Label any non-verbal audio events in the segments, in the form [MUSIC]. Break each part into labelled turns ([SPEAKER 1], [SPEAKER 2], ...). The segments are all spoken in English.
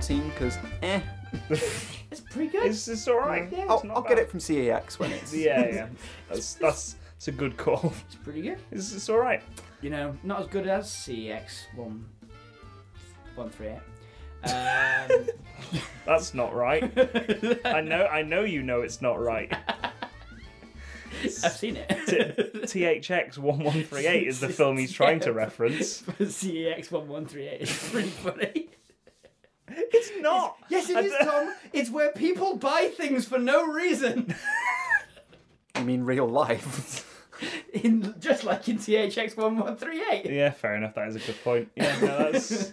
[SPEAKER 1] scene because eh,
[SPEAKER 2] It's pretty good.
[SPEAKER 3] It's, it's all
[SPEAKER 2] Mm.
[SPEAKER 3] right. Yeah, it's
[SPEAKER 1] I'll,
[SPEAKER 3] not
[SPEAKER 1] I'll get
[SPEAKER 3] bad.
[SPEAKER 1] it from CEX when it's
[SPEAKER 3] [LAUGHS] Yeah, yeah. That's that's it's a good call. [LAUGHS]
[SPEAKER 2] It's pretty good.
[SPEAKER 3] It's, it's all right.
[SPEAKER 2] You know, not as good as CX one one three eight. [LAUGHS] Um,
[SPEAKER 3] That's not right.
[SPEAKER 2] [LAUGHS]
[SPEAKER 3] I know. I know you know it's not right.
[SPEAKER 2] I've seen
[SPEAKER 3] T-
[SPEAKER 2] it. [LAUGHS]
[SPEAKER 3] THX one one three eight is the film he's trying to
[SPEAKER 2] [LAUGHS]
[SPEAKER 3] reference.
[SPEAKER 2] CX one one three eight is pretty funny.
[SPEAKER 3] It's not.
[SPEAKER 2] Yes, it
[SPEAKER 3] I
[SPEAKER 2] is,
[SPEAKER 3] don't-
[SPEAKER 2] Tom. It's where people buy things for no reason.
[SPEAKER 1] I mean real life.
[SPEAKER 2] [LAUGHS]
[SPEAKER 1] [LAUGHS]
[SPEAKER 2] In just like in THX one one three eight.
[SPEAKER 3] [LAUGHS] Yeah, fair enough. That is a good point. Yeah, no,
[SPEAKER 2] [LAUGHS]
[SPEAKER 3] that's.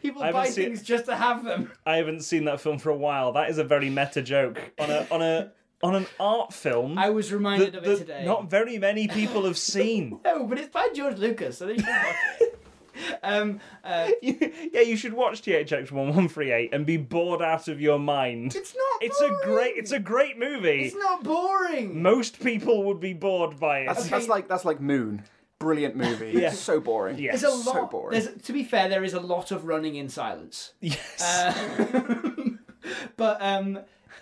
[SPEAKER 2] People
[SPEAKER 3] I haven't
[SPEAKER 2] buy
[SPEAKER 3] seen-
[SPEAKER 2] things just to have them.
[SPEAKER 3] I haven't seen that film for a while. That is a very meta joke on a on a on an art film.
[SPEAKER 2] I was reminded
[SPEAKER 3] that-
[SPEAKER 2] of it
[SPEAKER 3] that
[SPEAKER 2] today.
[SPEAKER 3] Not very many people have seen.
[SPEAKER 2] No, but it's by George Lucas, so they should watch
[SPEAKER 3] [LAUGHS]
[SPEAKER 2] it. Um, uh,
[SPEAKER 3] yeah, you should watch THX one one three eight and be bored out of your mind.
[SPEAKER 2] it's not.
[SPEAKER 3] It's a
[SPEAKER 2] boring.
[SPEAKER 3] great it's a great movie.
[SPEAKER 2] It's not boring.
[SPEAKER 3] Most people would be bored by it.
[SPEAKER 1] That's,
[SPEAKER 2] Okay.
[SPEAKER 1] that's like that's like Moon. Brilliant movie.
[SPEAKER 3] Yeah.
[SPEAKER 1] So boring.
[SPEAKER 3] Yeah.
[SPEAKER 2] There's a lot.
[SPEAKER 1] So boring.
[SPEAKER 2] There's, to be fair, there is a lot of running in silence.
[SPEAKER 3] [LAUGHS] yes.
[SPEAKER 2] Uh, Um, but um,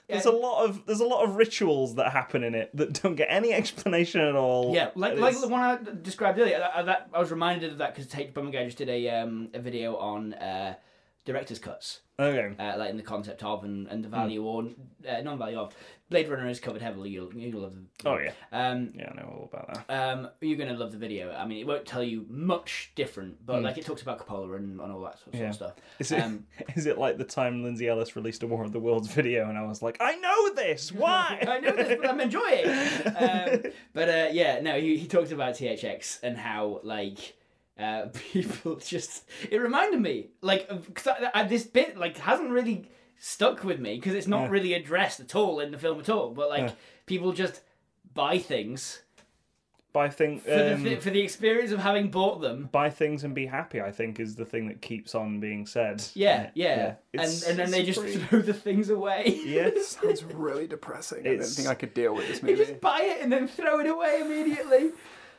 [SPEAKER 3] there's a lot of there's a lot of rituals that happen in it that don't get any [LAUGHS] explanation at all.
[SPEAKER 2] yeah, like
[SPEAKER 3] It
[SPEAKER 2] like
[SPEAKER 3] is-
[SPEAKER 2] the one I described earlier. That, that I was reminded of that because Tate Bumgarner just did a um, a video on uh, director's cuts.
[SPEAKER 3] Okay.
[SPEAKER 2] uh, like in the concept of and, and the value or uh, non-value of. Blade Runner is covered heavily. You'll, you'll love the.
[SPEAKER 3] Oh, yeah.
[SPEAKER 2] Um,
[SPEAKER 3] Yeah, I know all about that.
[SPEAKER 2] um, you're gonna love the video. I mean, it won't tell you much different, but like it talks about Coppola and, and all that sort, sort
[SPEAKER 3] Yeah.
[SPEAKER 2] of stuff.
[SPEAKER 3] Is it,
[SPEAKER 2] Um,
[SPEAKER 3] [LAUGHS] is it like the time Lindsay Ellis released a War of the Worlds video and I was like, I know this! Why?
[SPEAKER 2] [LAUGHS] I know this, but I'm enjoying. it. Um, but uh, yeah, no, he, he talked about THX and how like uh, [LAUGHS] people just. It reminded me like of- cause I, I, this bit like hasn't really stuck with me because it's not really addressed at all in the film at all. But like people just buy things
[SPEAKER 3] But I think
[SPEAKER 2] for, the,
[SPEAKER 3] um,
[SPEAKER 2] thi- for the experience of having bought them.
[SPEAKER 3] buy things and be happy, I think, is the thing that keeps on being said.
[SPEAKER 2] Yeah,
[SPEAKER 3] yeah.
[SPEAKER 2] yeah,
[SPEAKER 3] It's-
[SPEAKER 2] and and then they
[SPEAKER 3] it's
[SPEAKER 2] just
[SPEAKER 3] pretty-
[SPEAKER 2] throw the things away. [LAUGHS]
[SPEAKER 3] Yes.
[SPEAKER 1] [LAUGHS] Sounds really depressing. I don't
[SPEAKER 3] It's-
[SPEAKER 1] think I could deal with this
[SPEAKER 2] You
[SPEAKER 1] movie.
[SPEAKER 2] just buy it and then throw it away immediately.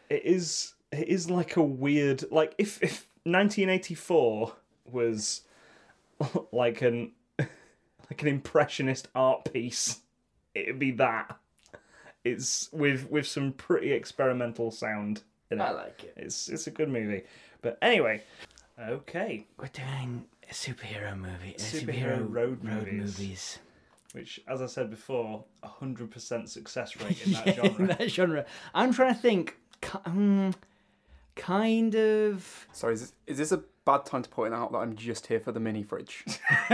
[SPEAKER 3] it is it is like a weird like if if 1984 was [LAUGHS] like an [LAUGHS] like an impressionist art piece it'd be that it's with with some pretty experimental sound in it
[SPEAKER 2] I like it.
[SPEAKER 3] it's it's a good movie but anyway okay
[SPEAKER 2] We're doing a superhero movie. a
[SPEAKER 3] Superhero road movies.
[SPEAKER 2] movies.
[SPEAKER 3] which as i said before 100% success rate in that
[SPEAKER 2] [LAUGHS] Yeah, in
[SPEAKER 3] genre
[SPEAKER 2] that genre. I'm trying to think. ki- Um, kind of.
[SPEAKER 1] Sorry, is this, is this a bad time to point out that I'm just here for the mini fridge? [LAUGHS]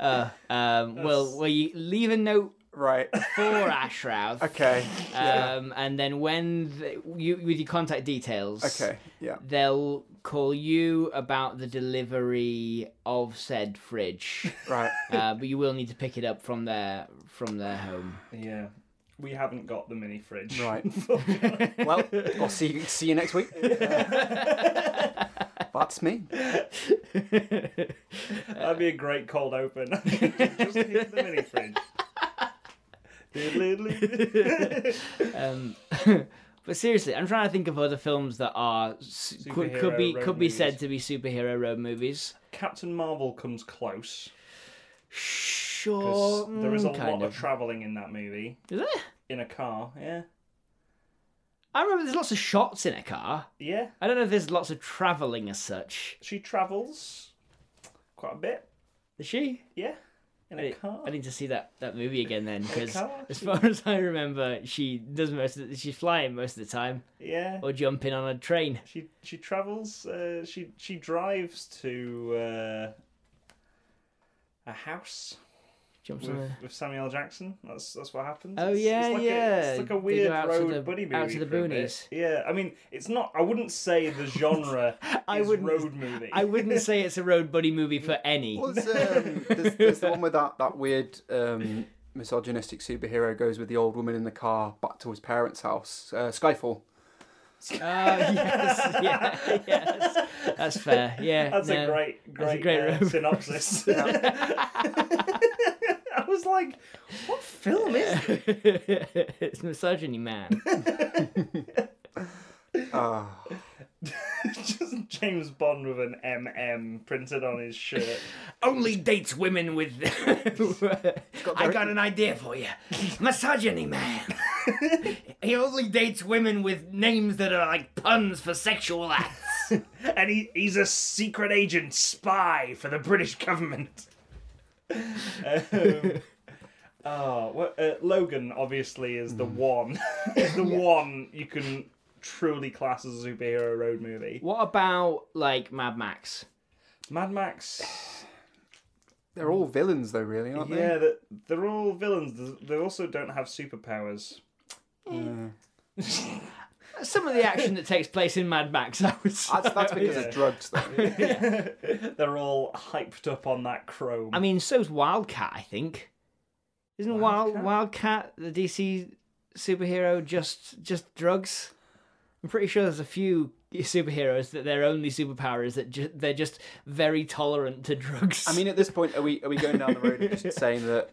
[SPEAKER 2] Uh, um, well, well, you leave a note
[SPEAKER 1] right.
[SPEAKER 2] for Ashrav.
[SPEAKER 3] [LAUGHS]
[SPEAKER 1] Okay. Yeah.
[SPEAKER 2] Um, and then when the, you with your contact details.
[SPEAKER 1] okay. Yeah.
[SPEAKER 2] They'll call you about the delivery of said fridge,
[SPEAKER 1] Right.
[SPEAKER 2] uh, but you will need to pick it up from their from their home.
[SPEAKER 3] [LAUGHS] yeah we haven't got the mini fridge
[SPEAKER 1] Right.
[SPEAKER 3] [LAUGHS]
[SPEAKER 2] [LAUGHS]
[SPEAKER 1] well, I'll see you, see you next week. That's me.
[SPEAKER 3] That'd be a great cold open. [LAUGHS] Just hit the mini fridge. Diddly-diddly.
[SPEAKER 2] [LAUGHS] Um, but seriously, I'm trying to think of other films that are s- could, could
[SPEAKER 3] Superhero
[SPEAKER 2] be
[SPEAKER 3] road
[SPEAKER 2] could be said
[SPEAKER 3] movies.
[SPEAKER 2] to be superhero road movies.
[SPEAKER 3] [LAUGHS] Captain Marvel comes close.
[SPEAKER 2] Sure,
[SPEAKER 3] 'cause there is a
[SPEAKER 2] mm, kind
[SPEAKER 3] lot Oh, of
[SPEAKER 2] of.
[SPEAKER 3] travelling in that movie.
[SPEAKER 2] Is there?
[SPEAKER 3] In a car, yeah.
[SPEAKER 2] I remember there's lots of shots in a car.
[SPEAKER 3] Yeah.
[SPEAKER 2] I don't know if there's lots of travelling as such.
[SPEAKER 3] She travels quite a bit,
[SPEAKER 2] Is she?
[SPEAKER 3] yeah. In
[SPEAKER 2] I
[SPEAKER 3] a
[SPEAKER 2] need,
[SPEAKER 3] car.
[SPEAKER 2] I need to see that, that movie again
[SPEAKER 3] [LAUGHS]
[SPEAKER 2] then, because
[SPEAKER 3] car,
[SPEAKER 2] as
[SPEAKER 3] she-
[SPEAKER 2] far as I remember, she does most of the, she's flying most of the time
[SPEAKER 3] Yeah.
[SPEAKER 2] or jumping on a train.
[SPEAKER 3] She she travels uh, she she drives to uh, a house
[SPEAKER 2] Jumps on
[SPEAKER 3] with,
[SPEAKER 2] a...
[SPEAKER 3] with Samuel L. Jackson. That's that's what happens.
[SPEAKER 2] Oh,
[SPEAKER 3] It's- it's
[SPEAKER 2] yeah,
[SPEAKER 3] like a-
[SPEAKER 2] yeah.
[SPEAKER 3] it's like
[SPEAKER 2] They
[SPEAKER 3] a
[SPEAKER 2] go
[SPEAKER 3] weird
[SPEAKER 2] out to
[SPEAKER 3] road
[SPEAKER 2] the-
[SPEAKER 3] buddy movie.
[SPEAKER 2] out to the
[SPEAKER 3] for a bit.
[SPEAKER 2] boonies.
[SPEAKER 3] Yeah, I mean, it's not. I wouldn't say
[SPEAKER 2] [LAUGHS]
[SPEAKER 3] the genre
[SPEAKER 2] I
[SPEAKER 3] is
[SPEAKER 2] wouldn't-
[SPEAKER 3] road movie.
[SPEAKER 2] I wouldn't say it's a road buddy movie
[SPEAKER 3] [LAUGHS]
[SPEAKER 2] for any.
[SPEAKER 1] Was, um, [LAUGHS] there's, there's the one with that, that weird um, misogynistic superhero goes with the old woman in the car back to his parents' house. Uh, Skyfall.
[SPEAKER 2] Oh [LAUGHS] yes, [LAUGHS] yeah, yes. That's fair. Yeah,
[SPEAKER 3] That's a
[SPEAKER 2] no.
[SPEAKER 3] great,
[SPEAKER 2] [LAUGHS] that's a
[SPEAKER 3] great,
[SPEAKER 2] great
[SPEAKER 3] uh,
[SPEAKER 2] road- [LAUGHS]
[SPEAKER 3] synopsis. [LAUGHS] I was like, what film is? This? [LAUGHS]
[SPEAKER 2] it's misogyny, man.
[SPEAKER 1] Uh,
[SPEAKER 3] Just James Bond with an MM printed on his shirt.
[SPEAKER 2] [LAUGHS] Only dates women with. [LAUGHS] I got an idea for [LAUGHS] you. Misogyny [LAUGHS] man. he only dates women with names that are like puns for sexual acts.
[SPEAKER 3] and he, he's a secret agent spy for the British government. [LAUGHS] um, oh, well, uh, Logan obviously is the one, [LAUGHS] is the one you can truly class as a superhero road movie.
[SPEAKER 2] [LAUGHS] What about like Mad Max?
[SPEAKER 3] Mad [SIGHS] Max,
[SPEAKER 1] They're all villains, though, really, aren't
[SPEAKER 3] yeah, that they're all villains. Th- They also don't have [LAUGHS] superpowers.
[SPEAKER 1] they? Yeah.
[SPEAKER 2] Some of the action that takes place in Mad Max, I would say.
[SPEAKER 1] That's, that's because
[SPEAKER 3] Yeah.
[SPEAKER 1] of drugs,
[SPEAKER 3] [LAUGHS]
[SPEAKER 1] though.
[SPEAKER 3] they're all hyped up on that chrome.
[SPEAKER 2] I mean, so's Wildcat, I think. Isn't Wild
[SPEAKER 3] Wildcat?
[SPEAKER 2] Wildcat the DC superhero just just drugs? I'm pretty sure there's a few superheroes that their only superpower is that ju- they're just very tolerant to drugs.
[SPEAKER 1] I mean, at this point, are we are we going down the road of just saying that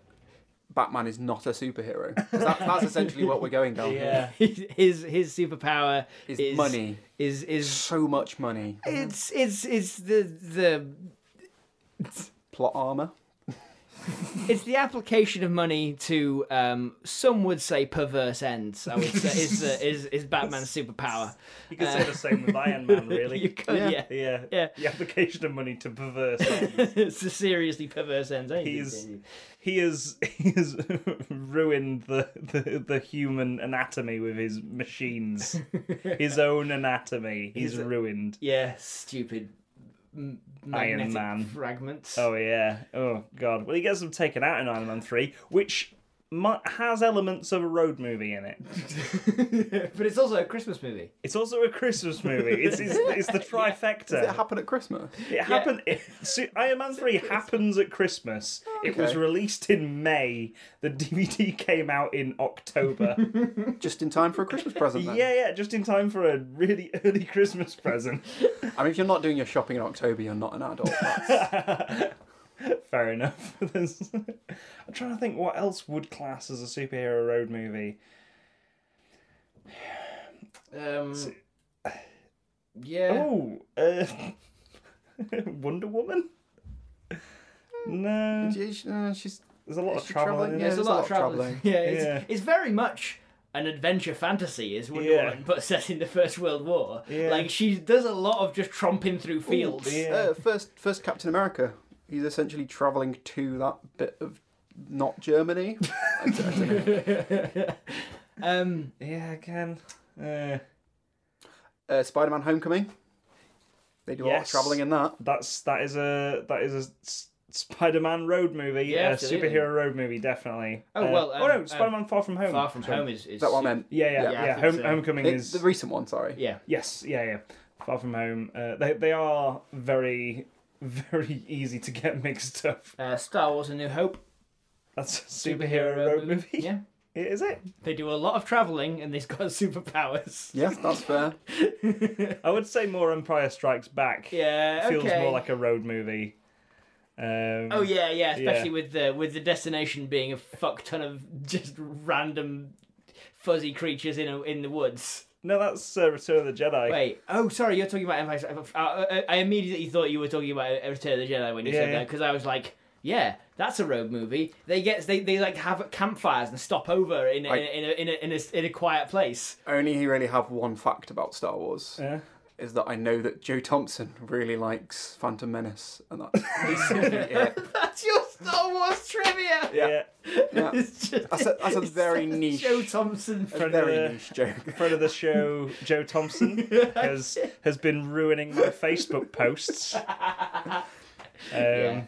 [SPEAKER 1] Batman is not a superhero? 'Cause That, that's essentially what we're going down. here.
[SPEAKER 3] yeah.
[SPEAKER 2] [LAUGHS] his his superpower
[SPEAKER 1] Is
[SPEAKER 2] is
[SPEAKER 1] money.
[SPEAKER 2] Is is
[SPEAKER 1] So much money.
[SPEAKER 2] it's it's it's the the
[SPEAKER 1] Plot armor.
[SPEAKER 2] it's the application of money to um some would say perverse ends. I would say is
[SPEAKER 1] [LAUGHS]
[SPEAKER 2] the, is is Batman's superpower. [LAUGHS]
[SPEAKER 3] You could say the same with Iron Man, [LAUGHS]
[SPEAKER 2] You
[SPEAKER 3] really.
[SPEAKER 2] could,
[SPEAKER 1] Yeah.
[SPEAKER 2] yeah.
[SPEAKER 3] uh, Yeah.
[SPEAKER 2] Yeah.
[SPEAKER 3] The application of money to perverse.
[SPEAKER 2] [LAUGHS] it's a seriously perverse end. ain't it?
[SPEAKER 3] He's he has [LAUGHS] he has ruined the, the the human anatomy with his machines. His own anatomy. He's
[SPEAKER 2] He's a-
[SPEAKER 3] ruined.
[SPEAKER 2] yeah, stupid m- magnetic
[SPEAKER 3] Man.
[SPEAKER 2] fragments.
[SPEAKER 3] Oh yeah. Oh god. Well, he gets them taken out in Iron Man three, which mu- has elements of a road movie in it.
[SPEAKER 2] [LAUGHS] but it's also a Christmas movie.
[SPEAKER 3] It's also a Christmas movie. It's it's, it's the trifecta.
[SPEAKER 1] Does it happen at Christmas?
[SPEAKER 3] It happened. It, so Iron Man 3 happens at Christmas. It was
[SPEAKER 1] Okay.
[SPEAKER 3] released in May. The DVD came out in October.
[SPEAKER 1] Just in time for a Christmas present,
[SPEAKER 3] yeah,
[SPEAKER 1] then?
[SPEAKER 3] yeah, just in time for a really [LAUGHS] early Christmas present. [LAUGHS]
[SPEAKER 1] I mean, if you're not doing your shopping in October, you're not an adult. [LAUGHS]
[SPEAKER 3] Fair enough. [LAUGHS] There's- I'm trying to think what else would class as a superhero road movie.
[SPEAKER 2] Um, yeah.
[SPEAKER 3] Oh, uh, [LAUGHS] Wonder Woman? No.
[SPEAKER 1] She- uh, she's
[SPEAKER 3] There's a lot
[SPEAKER 1] is
[SPEAKER 3] of
[SPEAKER 1] she travelling?
[SPEAKER 3] traveling in
[SPEAKER 1] Yeah,
[SPEAKER 3] it.
[SPEAKER 2] there's a lot, of traveling. [LAUGHS] Yeah, it's,
[SPEAKER 3] Yeah.
[SPEAKER 2] it's very much an adventure fantasy, is Wonder
[SPEAKER 3] Yeah.
[SPEAKER 2] Woman, [LAUGHS] but set in the First World War.
[SPEAKER 3] Yeah.
[SPEAKER 2] Like she does a lot of just tromping through fields.
[SPEAKER 3] Yeah.
[SPEAKER 1] uh, first first Captain America. He's essentially traveling to that bit of not
[SPEAKER 3] [LAUGHS]
[SPEAKER 1] Germany. I don't- I don't know.
[SPEAKER 2] Um,
[SPEAKER 3] Yeah, again. Uh,
[SPEAKER 1] uh, Spider-Man: Homecoming. They do a lot of
[SPEAKER 3] Yes.
[SPEAKER 1] traveling in that.
[SPEAKER 3] that's that is a that is a s- Spider-Man road movie,
[SPEAKER 2] Yeah,
[SPEAKER 3] a
[SPEAKER 2] absolutely.
[SPEAKER 3] superhero road movie, definitely.
[SPEAKER 2] Oh,
[SPEAKER 3] Uh,
[SPEAKER 2] well,
[SPEAKER 3] oh
[SPEAKER 2] um,
[SPEAKER 3] no,
[SPEAKER 2] uh,
[SPEAKER 3] Spider-Man Far From Home.
[SPEAKER 2] Far from
[SPEAKER 3] Sorry.
[SPEAKER 2] home is, is
[SPEAKER 1] Is that what I
[SPEAKER 2] su-
[SPEAKER 1] meant?
[SPEAKER 3] Yeah, yeah,
[SPEAKER 2] Yeah,
[SPEAKER 3] yeah.
[SPEAKER 2] I think
[SPEAKER 3] Home,
[SPEAKER 2] so.
[SPEAKER 3] Homecoming
[SPEAKER 1] It-
[SPEAKER 3] is
[SPEAKER 1] the recent one, sorry.
[SPEAKER 2] Yeah.
[SPEAKER 3] yes, yeah, yeah. Far From Home. Uh, they they are very [LAUGHS] very easy to get mixed up.
[SPEAKER 2] Uh, Star Wars: A New Hope.
[SPEAKER 3] That's a superhero road movie.
[SPEAKER 2] Yeah.
[SPEAKER 3] [LAUGHS] Is it?
[SPEAKER 2] They do a lot of traveling and they've got [LAUGHS] superpowers.
[SPEAKER 1] Yes, that's fair.
[SPEAKER 3] I would say more Empire Strikes Back.
[SPEAKER 2] Yeah,
[SPEAKER 3] feels
[SPEAKER 2] okay.
[SPEAKER 3] more like a road movie. Um,
[SPEAKER 2] Oh yeah, yeah, especially
[SPEAKER 3] Yeah.
[SPEAKER 2] with the with the destination being a fuck ton of [LAUGHS] just random fuzzy creatures in a, in the woods.
[SPEAKER 3] No, that's uh, Return of the Jedi.
[SPEAKER 2] Wait, oh sorry, you're talking about Empire. Strikes- uh, I, I, I immediately thought you were talking about Return of the Jedi when you
[SPEAKER 3] Yeah,
[SPEAKER 2] said
[SPEAKER 3] yeah.
[SPEAKER 2] that because I was like, yeah, that's a road movie. They get they, they like have campfires and stop over in a,
[SPEAKER 1] I-
[SPEAKER 2] in, a, in, a, in, a, in a in a quiet place. [LAUGHS]
[SPEAKER 1] Only he really have one fact about Star Wars
[SPEAKER 3] Yeah.
[SPEAKER 1] is that I know that Joe Thompson really likes Phantom Menace,
[SPEAKER 3] [LAUGHS]
[SPEAKER 1] and that's basically it.
[SPEAKER 2] That's your Star Wars trivia.
[SPEAKER 1] Yeah.
[SPEAKER 3] yeah.
[SPEAKER 1] Yeah.
[SPEAKER 2] [LAUGHS] It's just-
[SPEAKER 1] That's a- that's a
[SPEAKER 2] it's
[SPEAKER 1] very
[SPEAKER 2] such a
[SPEAKER 1] niche-
[SPEAKER 2] [LAUGHS] Joe Thompson.
[SPEAKER 1] A
[SPEAKER 3] Friend
[SPEAKER 1] very
[SPEAKER 3] of the-
[SPEAKER 1] niche joke.
[SPEAKER 3] friend of the show, Joe Thompson, has has been ruining my Facebook posts. Um,
[SPEAKER 2] Yeah.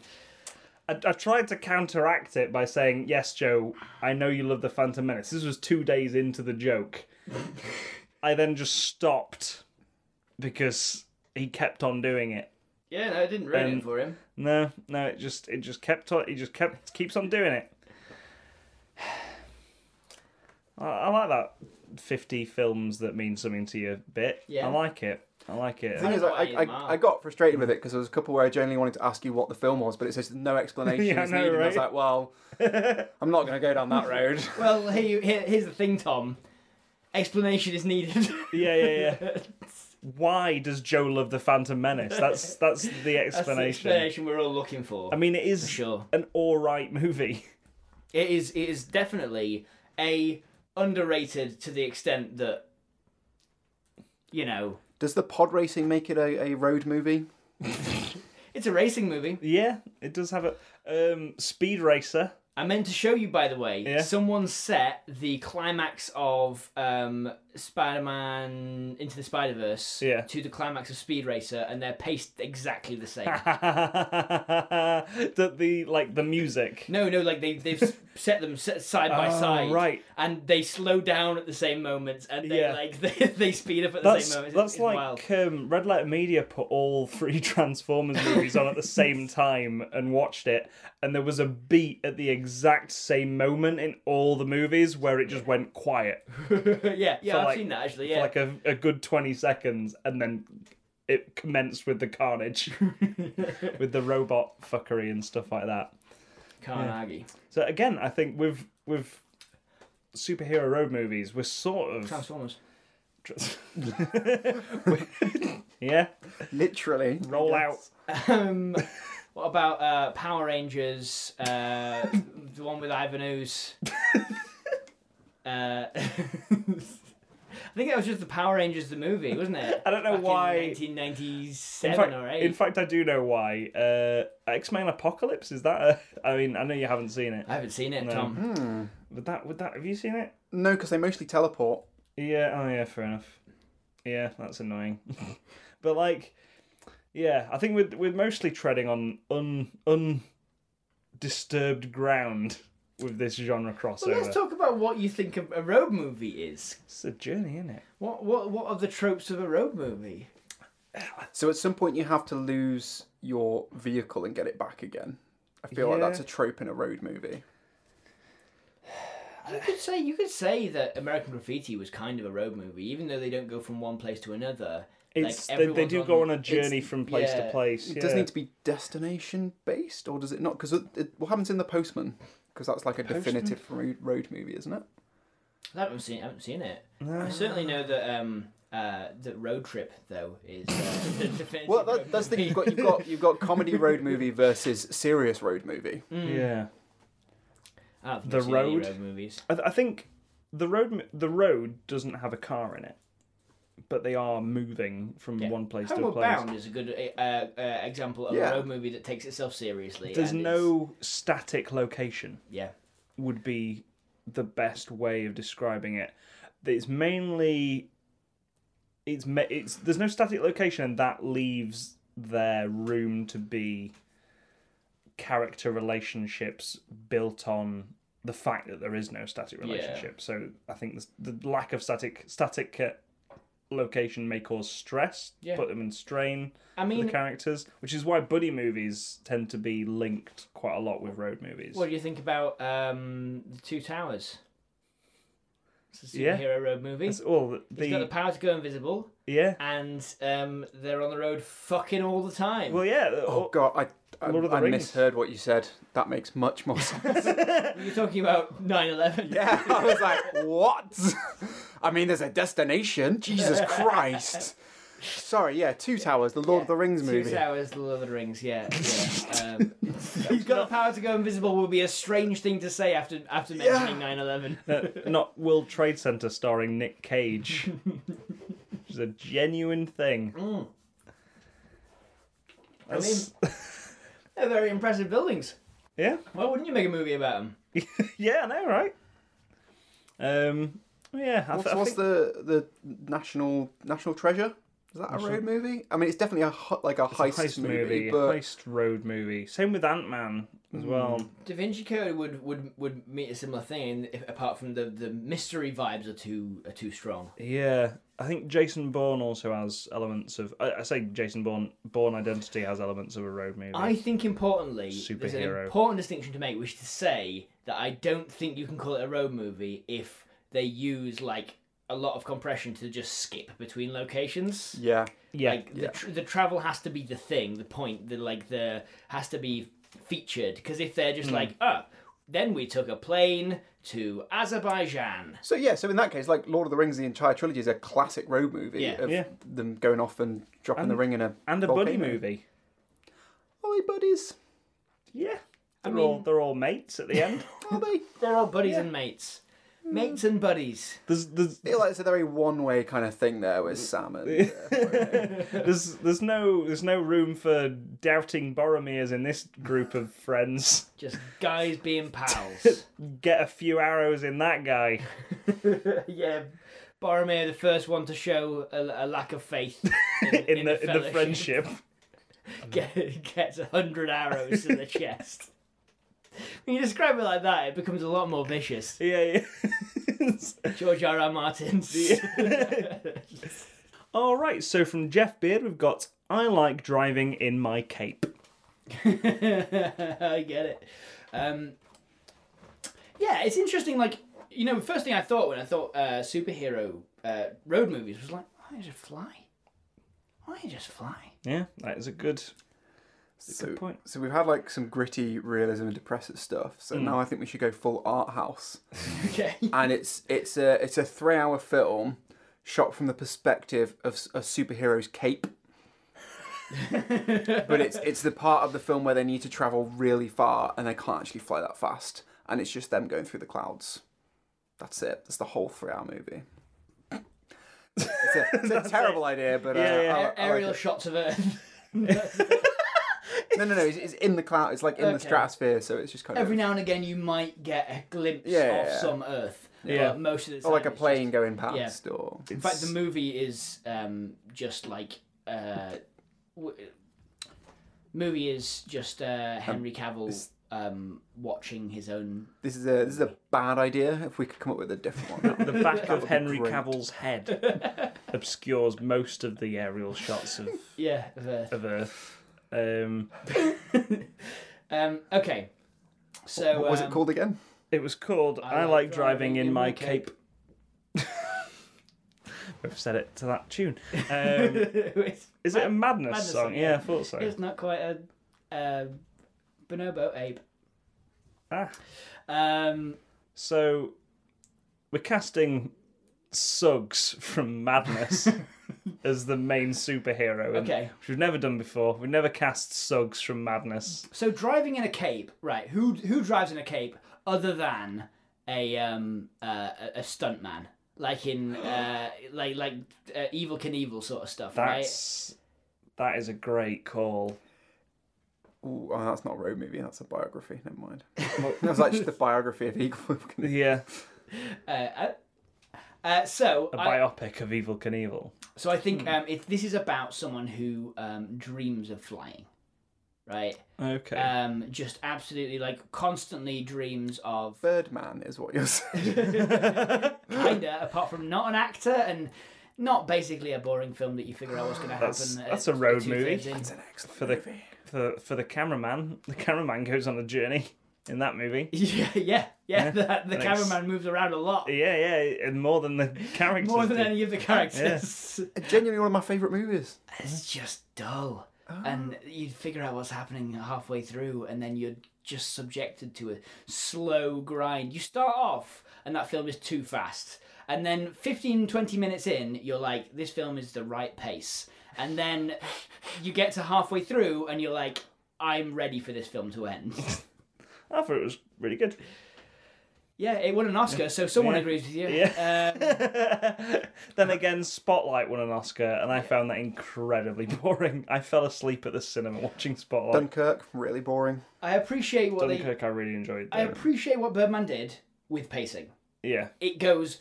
[SPEAKER 3] I, I tried to counteract it by saying, "Yes, Joe, I know you love the Phantom Menace." This was two days into the joke. I then just stopped because he kept on doing it.
[SPEAKER 2] Yeah, no, I didn't ruin
[SPEAKER 3] Um,
[SPEAKER 2] it for him.
[SPEAKER 3] No, no, it just it just kept on. He just kept keeps on doing it. [SIGHS] I, I like that fifty films that mean something to you bit.
[SPEAKER 2] Yeah.
[SPEAKER 3] I like it. I like
[SPEAKER 2] [LAUGHS]
[SPEAKER 3] it.
[SPEAKER 1] The thing is, I, I, I, I got frustrated with it because there was a couple where I genuinely wanted to ask you what the film was, but it says no explanation
[SPEAKER 3] [LAUGHS] Yeah, I
[SPEAKER 1] is
[SPEAKER 3] know,
[SPEAKER 1] needed. and I was
[SPEAKER 3] right?
[SPEAKER 1] like, well,
[SPEAKER 3] [LAUGHS]
[SPEAKER 1] I'm not going to go down that road.
[SPEAKER 2] Well, here, you- here, here's the thing, Tom. Explanation is needed. [LAUGHS]
[SPEAKER 3] yeah, yeah, yeah. why does Joe love the Phantom Menace?
[SPEAKER 2] [LAUGHS]
[SPEAKER 3] That's that's the
[SPEAKER 2] That's the
[SPEAKER 3] explanation.
[SPEAKER 2] explanation we're all looking for.
[SPEAKER 3] I mean, it is
[SPEAKER 2] sure.
[SPEAKER 3] an all right movie. [LAUGHS]
[SPEAKER 2] It is it is definitely a underrated to the extent that you know
[SPEAKER 1] Does the pod racing make it a, a road movie?
[SPEAKER 2] it's a racing movie.
[SPEAKER 3] Yeah, it does have a um, Speed Racer. [LAUGHS]
[SPEAKER 2] I meant to show you, by the way.
[SPEAKER 3] Yeah.
[SPEAKER 2] Someone set the climax of um, Spider-Man Into the Spider-Verse
[SPEAKER 3] Yeah.
[SPEAKER 2] to the climax of Speed Racer, and they're paced exactly the same.
[SPEAKER 3] that the like the music.
[SPEAKER 2] no, no, like
[SPEAKER 3] [LAUGHS]
[SPEAKER 2] they they've set them set side by
[SPEAKER 3] Oh,
[SPEAKER 2] side,
[SPEAKER 3] right.
[SPEAKER 2] And they slow down at the same moments, and they
[SPEAKER 3] Yeah.
[SPEAKER 2] like [LAUGHS] they, they speed up at the
[SPEAKER 3] That's
[SPEAKER 2] same moments.
[SPEAKER 3] that's [LAUGHS]
[SPEAKER 2] it's, wild. [LAUGHS]
[SPEAKER 3] like um, Red Letter Media put all three [LAUGHS] Transformers movies on at the
[SPEAKER 2] [LAUGHS]
[SPEAKER 3] same time and watched it, and there was a beat at the exact same moment in all the movies where it just went quiet
[SPEAKER 2] yeah, yeah, I've
[SPEAKER 3] like-
[SPEAKER 2] seen that actually. Yeah,
[SPEAKER 3] for like a, a good twenty seconds, and then it commenced with the
[SPEAKER 2] [LAUGHS]
[SPEAKER 3] carnage, with the robot fuckery and stuff like that. [LAUGHS]
[SPEAKER 2] Carnegie
[SPEAKER 3] So again, I think with with superhero road movies, we're sort of
[SPEAKER 2] Transformers.
[SPEAKER 3] yeah
[SPEAKER 1] Literally.
[SPEAKER 3] roll out.
[SPEAKER 2] Um, [LAUGHS] what about uh, Power Rangers?
[SPEAKER 3] [LAUGHS]
[SPEAKER 2] Uh, the one with Ivan Ooze. Uh, [LAUGHS] I think that was just the Power Rangers the movie, wasn't it?
[SPEAKER 3] I don't know
[SPEAKER 2] Back
[SPEAKER 3] why-
[SPEAKER 2] In
[SPEAKER 3] In
[SPEAKER 2] 1997
[SPEAKER 3] fact,
[SPEAKER 2] or
[SPEAKER 3] in
[SPEAKER 2] 8.
[SPEAKER 3] fact, I do know why. Uh, X Men Apocalypse is that? A, I mean, I know you haven't seen it,
[SPEAKER 2] I haven't seen it, Tom.
[SPEAKER 3] but that would that have you seen it?
[SPEAKER 1] No, because they mostly teleport.
[SPEAKER 3] Yeah. Oh yeah. Fair enough. Yeah, that's annoying. [LAUGHS] but like, yeah, I think we're we're mostly treading on un undisturbed ground with this genre
[SPEAKER 2] So
[SPEAKER 3] crossover.
[SPEAKER 2] let's talk about what you think of a road movie is.
[SPEAKER 3] it's a journey, isn't it?
[SPEAKER 2] What what what are the tropes of a road movie?
[SPEAKER 1] So at some point you have to lose your vehicle and get it back again. I feel like
[SPEAKER 3] Yeah.
[SPEAKER 1] that's a trope in a road movie.
[SPEAKER 2] You could say you could say that American Graffiti was kind of a road movie, even though they don't go from one place to another.
[SPEAKER 3] It's
[SPEAKER 2] like,
[SPEAKER 3] they, they
[SPEAKER 2] everyone's
[SPEAKER 3] do go on a
[SPEAKER 2] it's-
[SPEAKER 3] journey from place to
[SPEAKER 2] yeah.
[SPEAKER 3] place.
[SPEAKER 1] It
[SPEAKER 3] Yeah.
[SPEAKER 1] does need to be destination based, or does it not? Because it, it- what happens in The Postman? Because that's like a definitive road, road movie, isn't it?
[SPEAKER 2] I haven't seen. I haven't seen it. I certainly know that. Um, uh, that road trip though is. Uh, [LAUGHS] the definitive
[SPEAKER 1] Well,
[SPEAKER 2] road
[SPEAKER 1] that, that's the
[SPEAKER 2] movie.
[SPEAKER 1] thing. You've got, you've got you've got
[SPEAKER 3] [LAUGHS]
[SPEAKER 1] comedy road movie versus serious road movie.
[SPEAKER 3] Mm.
[SPEAKER 2] Mm.
[SPEAKER 3] yeah.
[SPEAKER 2] I don't think
[SPEAKER 3] the
[SPEAKER 2] I've seen any
[SPEAKER 3] road.
[SPEAKER 2] road movies.
[SPEAKER 3] I, th- I think the road m- the road doesn't have a car in it, but they are moving from
[SPEAKER 2] Yeah.
[SPEAKER 3] one place to a
[SPEAKER 2] Homeward
[SPEAKER 3] place.
[SPEAKER 2] Bound is a good uh, uh, example of
[SPEAKER 1] Yeah.
[SPEAKER 2] a road movie that takes itself seriously.
[SPEAKER 3] There's
[SPEAKER 2] and is-
[SPEAKER 3] no static location.
[SPEAKER 2] Yeah.
[SPEAKER 3] Would be the best way of describing it. It's mainly it's ma- it's there's no static location, and that leaves there room to be character relationships built on the fact that there is no static
[SPEAKER 2] Yeah.
[SPEAKER 3] relationship. So I think this, the lack of static static uh, location may cause stress,
[SPEAKER 2] Yeah.
[SPEAKER 3] put them in strain
[SPEAKER 2] I
[SPEAKER 3] for
[SPEAKER 2] mean,
[SPEAKER 3] the characters, which is why buddy movies tend to be linked quite a lot with road movies.
[SPEAKER 2] what do you think about um, the Two Towers? It's a
[SPEAKER 3] Yeah.
[SPEAKER 2] superhero road movie.
[SPEAKER 3] It's all
[SPEAKER 2] He's got the
[SPEAKER 3] the
[SPEAKER 2] power to go invisible,
[SPEAKER 3] yeah.
[SPEAKER 2] and um, they're on the road fucking all the time.
[SPEAKER 3] Well, yeah. uh,
[SPEAKER 1] Oh God, I I,
[SPEAKER 3] Lord of the
[SPEAKER 1] I
[SPEAKER 3] Rings.
[SPEAKER 1] misheard what you said. That makes much
[SPEAKER 3] [LAUGHS]
[SPEAKER 1] more sense.
[SPEAKER 2] You're talking about 9/11.
[SPEAKER 1] Yeah, I was like, what? [LAUGHS] I mean, there's a destination.
[SPEAKER 3] [LAUGHS]
[SPEAKER 1] Jesus Christ. Sorry, yeah, Two Towers, the Lord of the Rings
[SPEAKER 2] Two
[SPEAKER 1] movie.
[SPEAKER 2] Towers, The Lord of the Rings,
[SPEAKER 1] [LAUGHS]
[SPEAKER 2] yeah. yeah. Um, he's got the power to go invisible would be a strange thing to say after after mentioning 9/11.
[SPEAKER 3] Uh, [LAUGHS] not World Trade Center starring Nick Cage. which is a genuine thing. That's-
[SPEAKER 2] They're very impressive buildings.
[SPEAKER 3] yeah, [LAUGHS]
[SPEAKER 2] Why wouldn't you make a movie about them?
[SPEAKER 3] yeah, I know, right? Um, yeah, I, th-
[SPEAKER 1] What's,
[SPEAKER 3] I
[SPEAKER 1] what's
[SPEAKER 3] think
[SPEAKER 1] the the national national treasure? Is that a road movie? I mean, it's definitely a hu- like a, heist,
[SPEAKER 3] it's a heist
[SPEAKER 1] movie,
[SPEAKER 3] movie,
[SPEAKER 1] but Hmm.
[SPEAKER 3] heist road movie. Same with Ant Man as well.
[SPEAKER 2] Da Vinci Code would would would meet a similar thing, if, apart from the the mystery vibes are too are too strong.
[SPEAKER 3] Yeah, I think Jason Bourne also has elements of. I, I say Jason Bourne. Bourne Identity has elements of a road movie.
[SPEAKER 2] I think importantly, there's an
[SPEAKER 3] Superhero.
[SPEAKER 2] important distinction to make, which is to say that I don't think you can call it a road movie if they use like a lot of compression to just skip between locations.
[SPEAKER 1] yeah,
[SPEAKER 3] yeah,
[SPEAKER 2] Like the, tr- the travel has to
[SPEAKER 3] Mm.
[SPEAKER 2] be the thing, the point, the like the has to be featured because if they're just like, oh, Then we took a plane to Azerbaijan.
[SPEAKER 1] So yeah, so in that case, like Lord of the Rings, the entire trilogy is a classic road movie
[SPEAKER 2] Yeah.
[SPEAKER 1] of
[SPEAKER 3] Yeah.
[SPEAKER 1] them going off and dropping the ring in a
[SPEAKER 3] and a buddy
[SPEAKER 1] volcano.
[SPEAKER 3] movie.
[SPEAKER 1] Are they buddies?
[SPEAKER 3] Yeah, they're
[SPEAKER 2] mean-
[SPEAKER 3] all they're all mates at the
[SPEAKER 2] [LAUGHS]
[SPEAKER 3] end.
[SPEAKER 1] Are
[SPEAKER 3] [LAUGHS]
[SPEAKER 1] they?
[SPEAKER 2] They're all buddies and mates. Mates and buddies.
[SPEAKER 3] there's there's
[SPEAKER 1] I feel like it's a very one-way kind of thing there with Sam and
[SPEAKER 3] [LAUGHS]
[SPEAKER 1] uh,
[SPEAKER 3] there's there's no there's no room for doubting Boromirs in this group of friends.
[SPEAKER 2] Just guys
[SPEAKER 3] [LAUGHS]
[SPEAKER 2] being pals.
[SPEAKER 3] Get a few arrows in that guy.
[SPEAKER 2] yeah. Boromir, the first one to show a, a lack of faith
[SPEAKER 3] [LAUGHS]
[SPEAKER 2] in,
[SPEAKER 3] in,
[SPEAKER 2] in
[SPEAKER 3] the, in the
[SPEAKER 2] fellowship,
[SPEAKER 3] friendship. [LAUGHS]
[SPEAKER 2] [LAUGHS] Get, gets a hundred arrows to the chest. When you describe it like that, it becomes a lot more
[SPEAKER 3] [LAUGHS]
[SPEAKER 2] vicious.
[SPEAKER 3] yeah, yeah.
[SPEAKER 2] George R. R. Martin's.
[SPEAKER 3] All right, so from Jeff Beard, we've got I like driving in my cape.
[SPEAKER 2] [LAUGHS] I get it. Um, yeah, it's interesting. Like you know, first thing I thought when I thought uh, superhero uh, road movies was like, why don't you fly? Why don't you just fly? [LAUGHS]
[SPEAKER 3] Yeah, that is a good,
[SPEAKER 1] so,
[SPEAKER 3] good point.
[SPEAKER 1] so we've had like some gritty realism and depressive stuff. So
[SPEAKER 3] Mm.
[SPEAKER 1] now I think we should go full art house.
[SPEAKER 2] Okay.
[SPEAKER 1] and it's it's a it's a three hour film shot from the perspective of s- a superhero's
[SPEAKER 2] [LAUGHS]
[SPEAKER 1] cape. but it's it's the part of the film where they need to travel really far and they can't actually fly that fast, and it's just them going through the clouds. That's it. That's the whole three hour movie. It's a,
[SPEAKER 2] [LAUGHS]
[SPEAKER 1] it's a terrible idea, but uh,
[SPEAKER 3] Yeah, yeah.
[SPEAKER 1] I- I like
[SPEAKER 2] Aerial
[SPEAKER 1] it.
[SPEAKER 2] shots of Earth.
[SPEAKER 1] [LAUGHS] No, no, no. It's, it's in the cloud. It's like in
[SPEAKER 2] Okay.
[SPEAKER 1] the stratosphere, so it's just kind
[SPEAKER 2] Every
[SPEAKER 1] of
[SPEAKER 2] now and again, you might get a glimpse
[SPEAKER 1] Yeah.
[SPEAKER 2] of some Earth.
[SPEAKER 3] Yeah.
[SPEAKER 2] But most of the time,
[SPEAKER 1] or like a
[SPEAKER 2] it's
[SPEAKER 1] plane
[SPEAKER 2] just-
[SPEAKER 1] going past, or
[SPEAKER 2] in fact, the movie is um, just like. Uh, w- movie is just uh, Henry Cavill um, watching his own
[SPEAKER 1] this is a this is a bad idea. If we could come up with a different one.
[SPEAKER 3] [LAUGHS]
[SPEAKER 1] [LAUGHS]
[SPEAKER 3] The back of
[SPEAKER 1] be
[SPEAKER 3] Henry
[SPEAKER 1] great.
[SPEAKER 3] Cavill's head
[SPEAKER 1] [LAUGHS]
[SPEAKER 3] obscures most of the aerial shots of,
[SPEAKER 2] Yeah, of Earth.
[SPEAKER 3] of Earth. Um,
[SPEAKER 2] Um, okay. So
[SPEAKER 1] what was it
[SPEAKER 2] um,
[SPEAKER 1] called again?
[SPEAKER 3] it was called I, Like, Driving, in My Cape. [LAUGHS] We've said it to that tune. Um,
[SPEAKER 2] [LAUGHS]
[SPEAKER 3] [LAUGHS]
[SPEAKER 2] it's,
[SPEAKER 3] is it a madness,
[SPEAKER 2] Madness
[SPEAKER 3] song?
[SPEAKER 2] song,
[SPEAKER 3] Yeah, I
[SPEAKER 2] yeah.
[SPEAKER 3] thought so.
[SPEAKER 2] it's not quite a uh, bonobo ape.
[SPEAKER 3] Ah.
[SPEAKER 2] Um,
[SPEAKER 3] So we're casting Suggs from [LAUGHS] Madness as the main superhero, and-
[SPEAKER 2] Okay.
[SPEAKER 3] which we've never done before. We've never cast Suggs from Madness.
[SPEAKER 2] so driving in a cape, right? Who who drives in a cape other than a um uh, a, a stuntman? Like
[SPEAKER 1] [GASPS]
[SPEAKER 2] in uh, like like uh, Evil Knievel sort of stuff, right?
[SPEAKER 3] That's that is a great call.
[SPEAKER 1] Ooh, oh, that's not a road movie. That's a biography. Never
[SPEAKER 2] [LAUGHS]
[SPEAKER 1] mind. that was actually the biography of Eagle. [LAUGHS]
[SPEAKER 3] Yeah,
[SPEAKER 2] Uh, uh, uh, so
[SPEAKER 3] a
[SPEAKER 2] I-
[SPEAKER 3] biopic of Evil Knievel.
[SPEAKER 2] So I
[SPEAKER 1] Hmm.
[SPEAKER 2] think um, it, this is about someone who um, dreams of flying, right?
[SPEAKER 3] Okay.
[SPEAKER 2] Um, just absolutely like constantly dreams
[SPEAKER 3] [GASPS]
[SPEAKER 2] of
[SPEAKER 1] Birdman is what you're saying.
[SPEAKER 2] [LAUGHS] kinda. apart from not an actor and not basically a boring film that you figure out what's going to happen.
[SPEAKER 3] That's-
[SPEAKER 2] at
[SPEAKER 3] that's a road
[SPEAKER 2] two
[SPEAKER 3] movie.
[SPEAKER 2] thirds in. [LAUGHS]
[SPEAKER 1] It's an excellent
[SPEAKER 3] the-
[SPEAKER 1] movie.
[SPEAKER 3] for for the cameraman, [LAUGHS] the cameraman goes on a journey in that movie.
[SPEAKER 2] Yeah, yeah, yeah. The, the
[SPEAKER 3] and it's-
[SPEAKER 2] cameraman moves around a lot
[SPEAKER 3] Yeah, yeah, and more
[SPEAKER 2] [LAUGHS]
[SPEAKER 3] than the characters.
[SPEAKER 2] more than
[SPEAKER 3] do.
[SPEAKER 2] any of the characters. [LAUGHS]
[SPEAKER 1] Genuinely one of my favourite movies.
[SPEAKER 2] It's just dull. And
[SPEAKER 3] Oh.
[SPEAKER 2] you'd figure out what's happening halfway through, and then you're just subjected to a slow grind. You start off, and that film is too fast. And then 15, 20 minutes in, you're like, this film is the right pace. And then you get to halfway through, and you're like, I'm ready for this film to
[SPEAKER 3] [LAUGHS]
[SPEAKER 2] end.
[SPEAKER 3] I thought it was really good.
[SPEAKER 2] yeah, it won an Oscar, so someone
[SPEAKER 3] Yeah.
[SPEAKER 2] agrees with you.
[SPEAKER 3] Yeah.
[SPEAKER 2] Um,
[SPEAKER 3] then again, Spotlight won an Oscar, and I found that incredibly [LAUGHS] boring. I fell asleep at the cinema watching Spotlight.
[SPEAKER 1] Dunkirk, really boring.
[SPEAKER 2] I appreciate what they.
[SPEAKER 3] Dunkirk, I really enjoyed.
[SPEAKER 2] I
[SPEAKER 3] though.
[SPEAKER 2] appreciate what Birdman did with pacing.
[SPEAKER 3] yeah,
[SPEAKER 2] it goes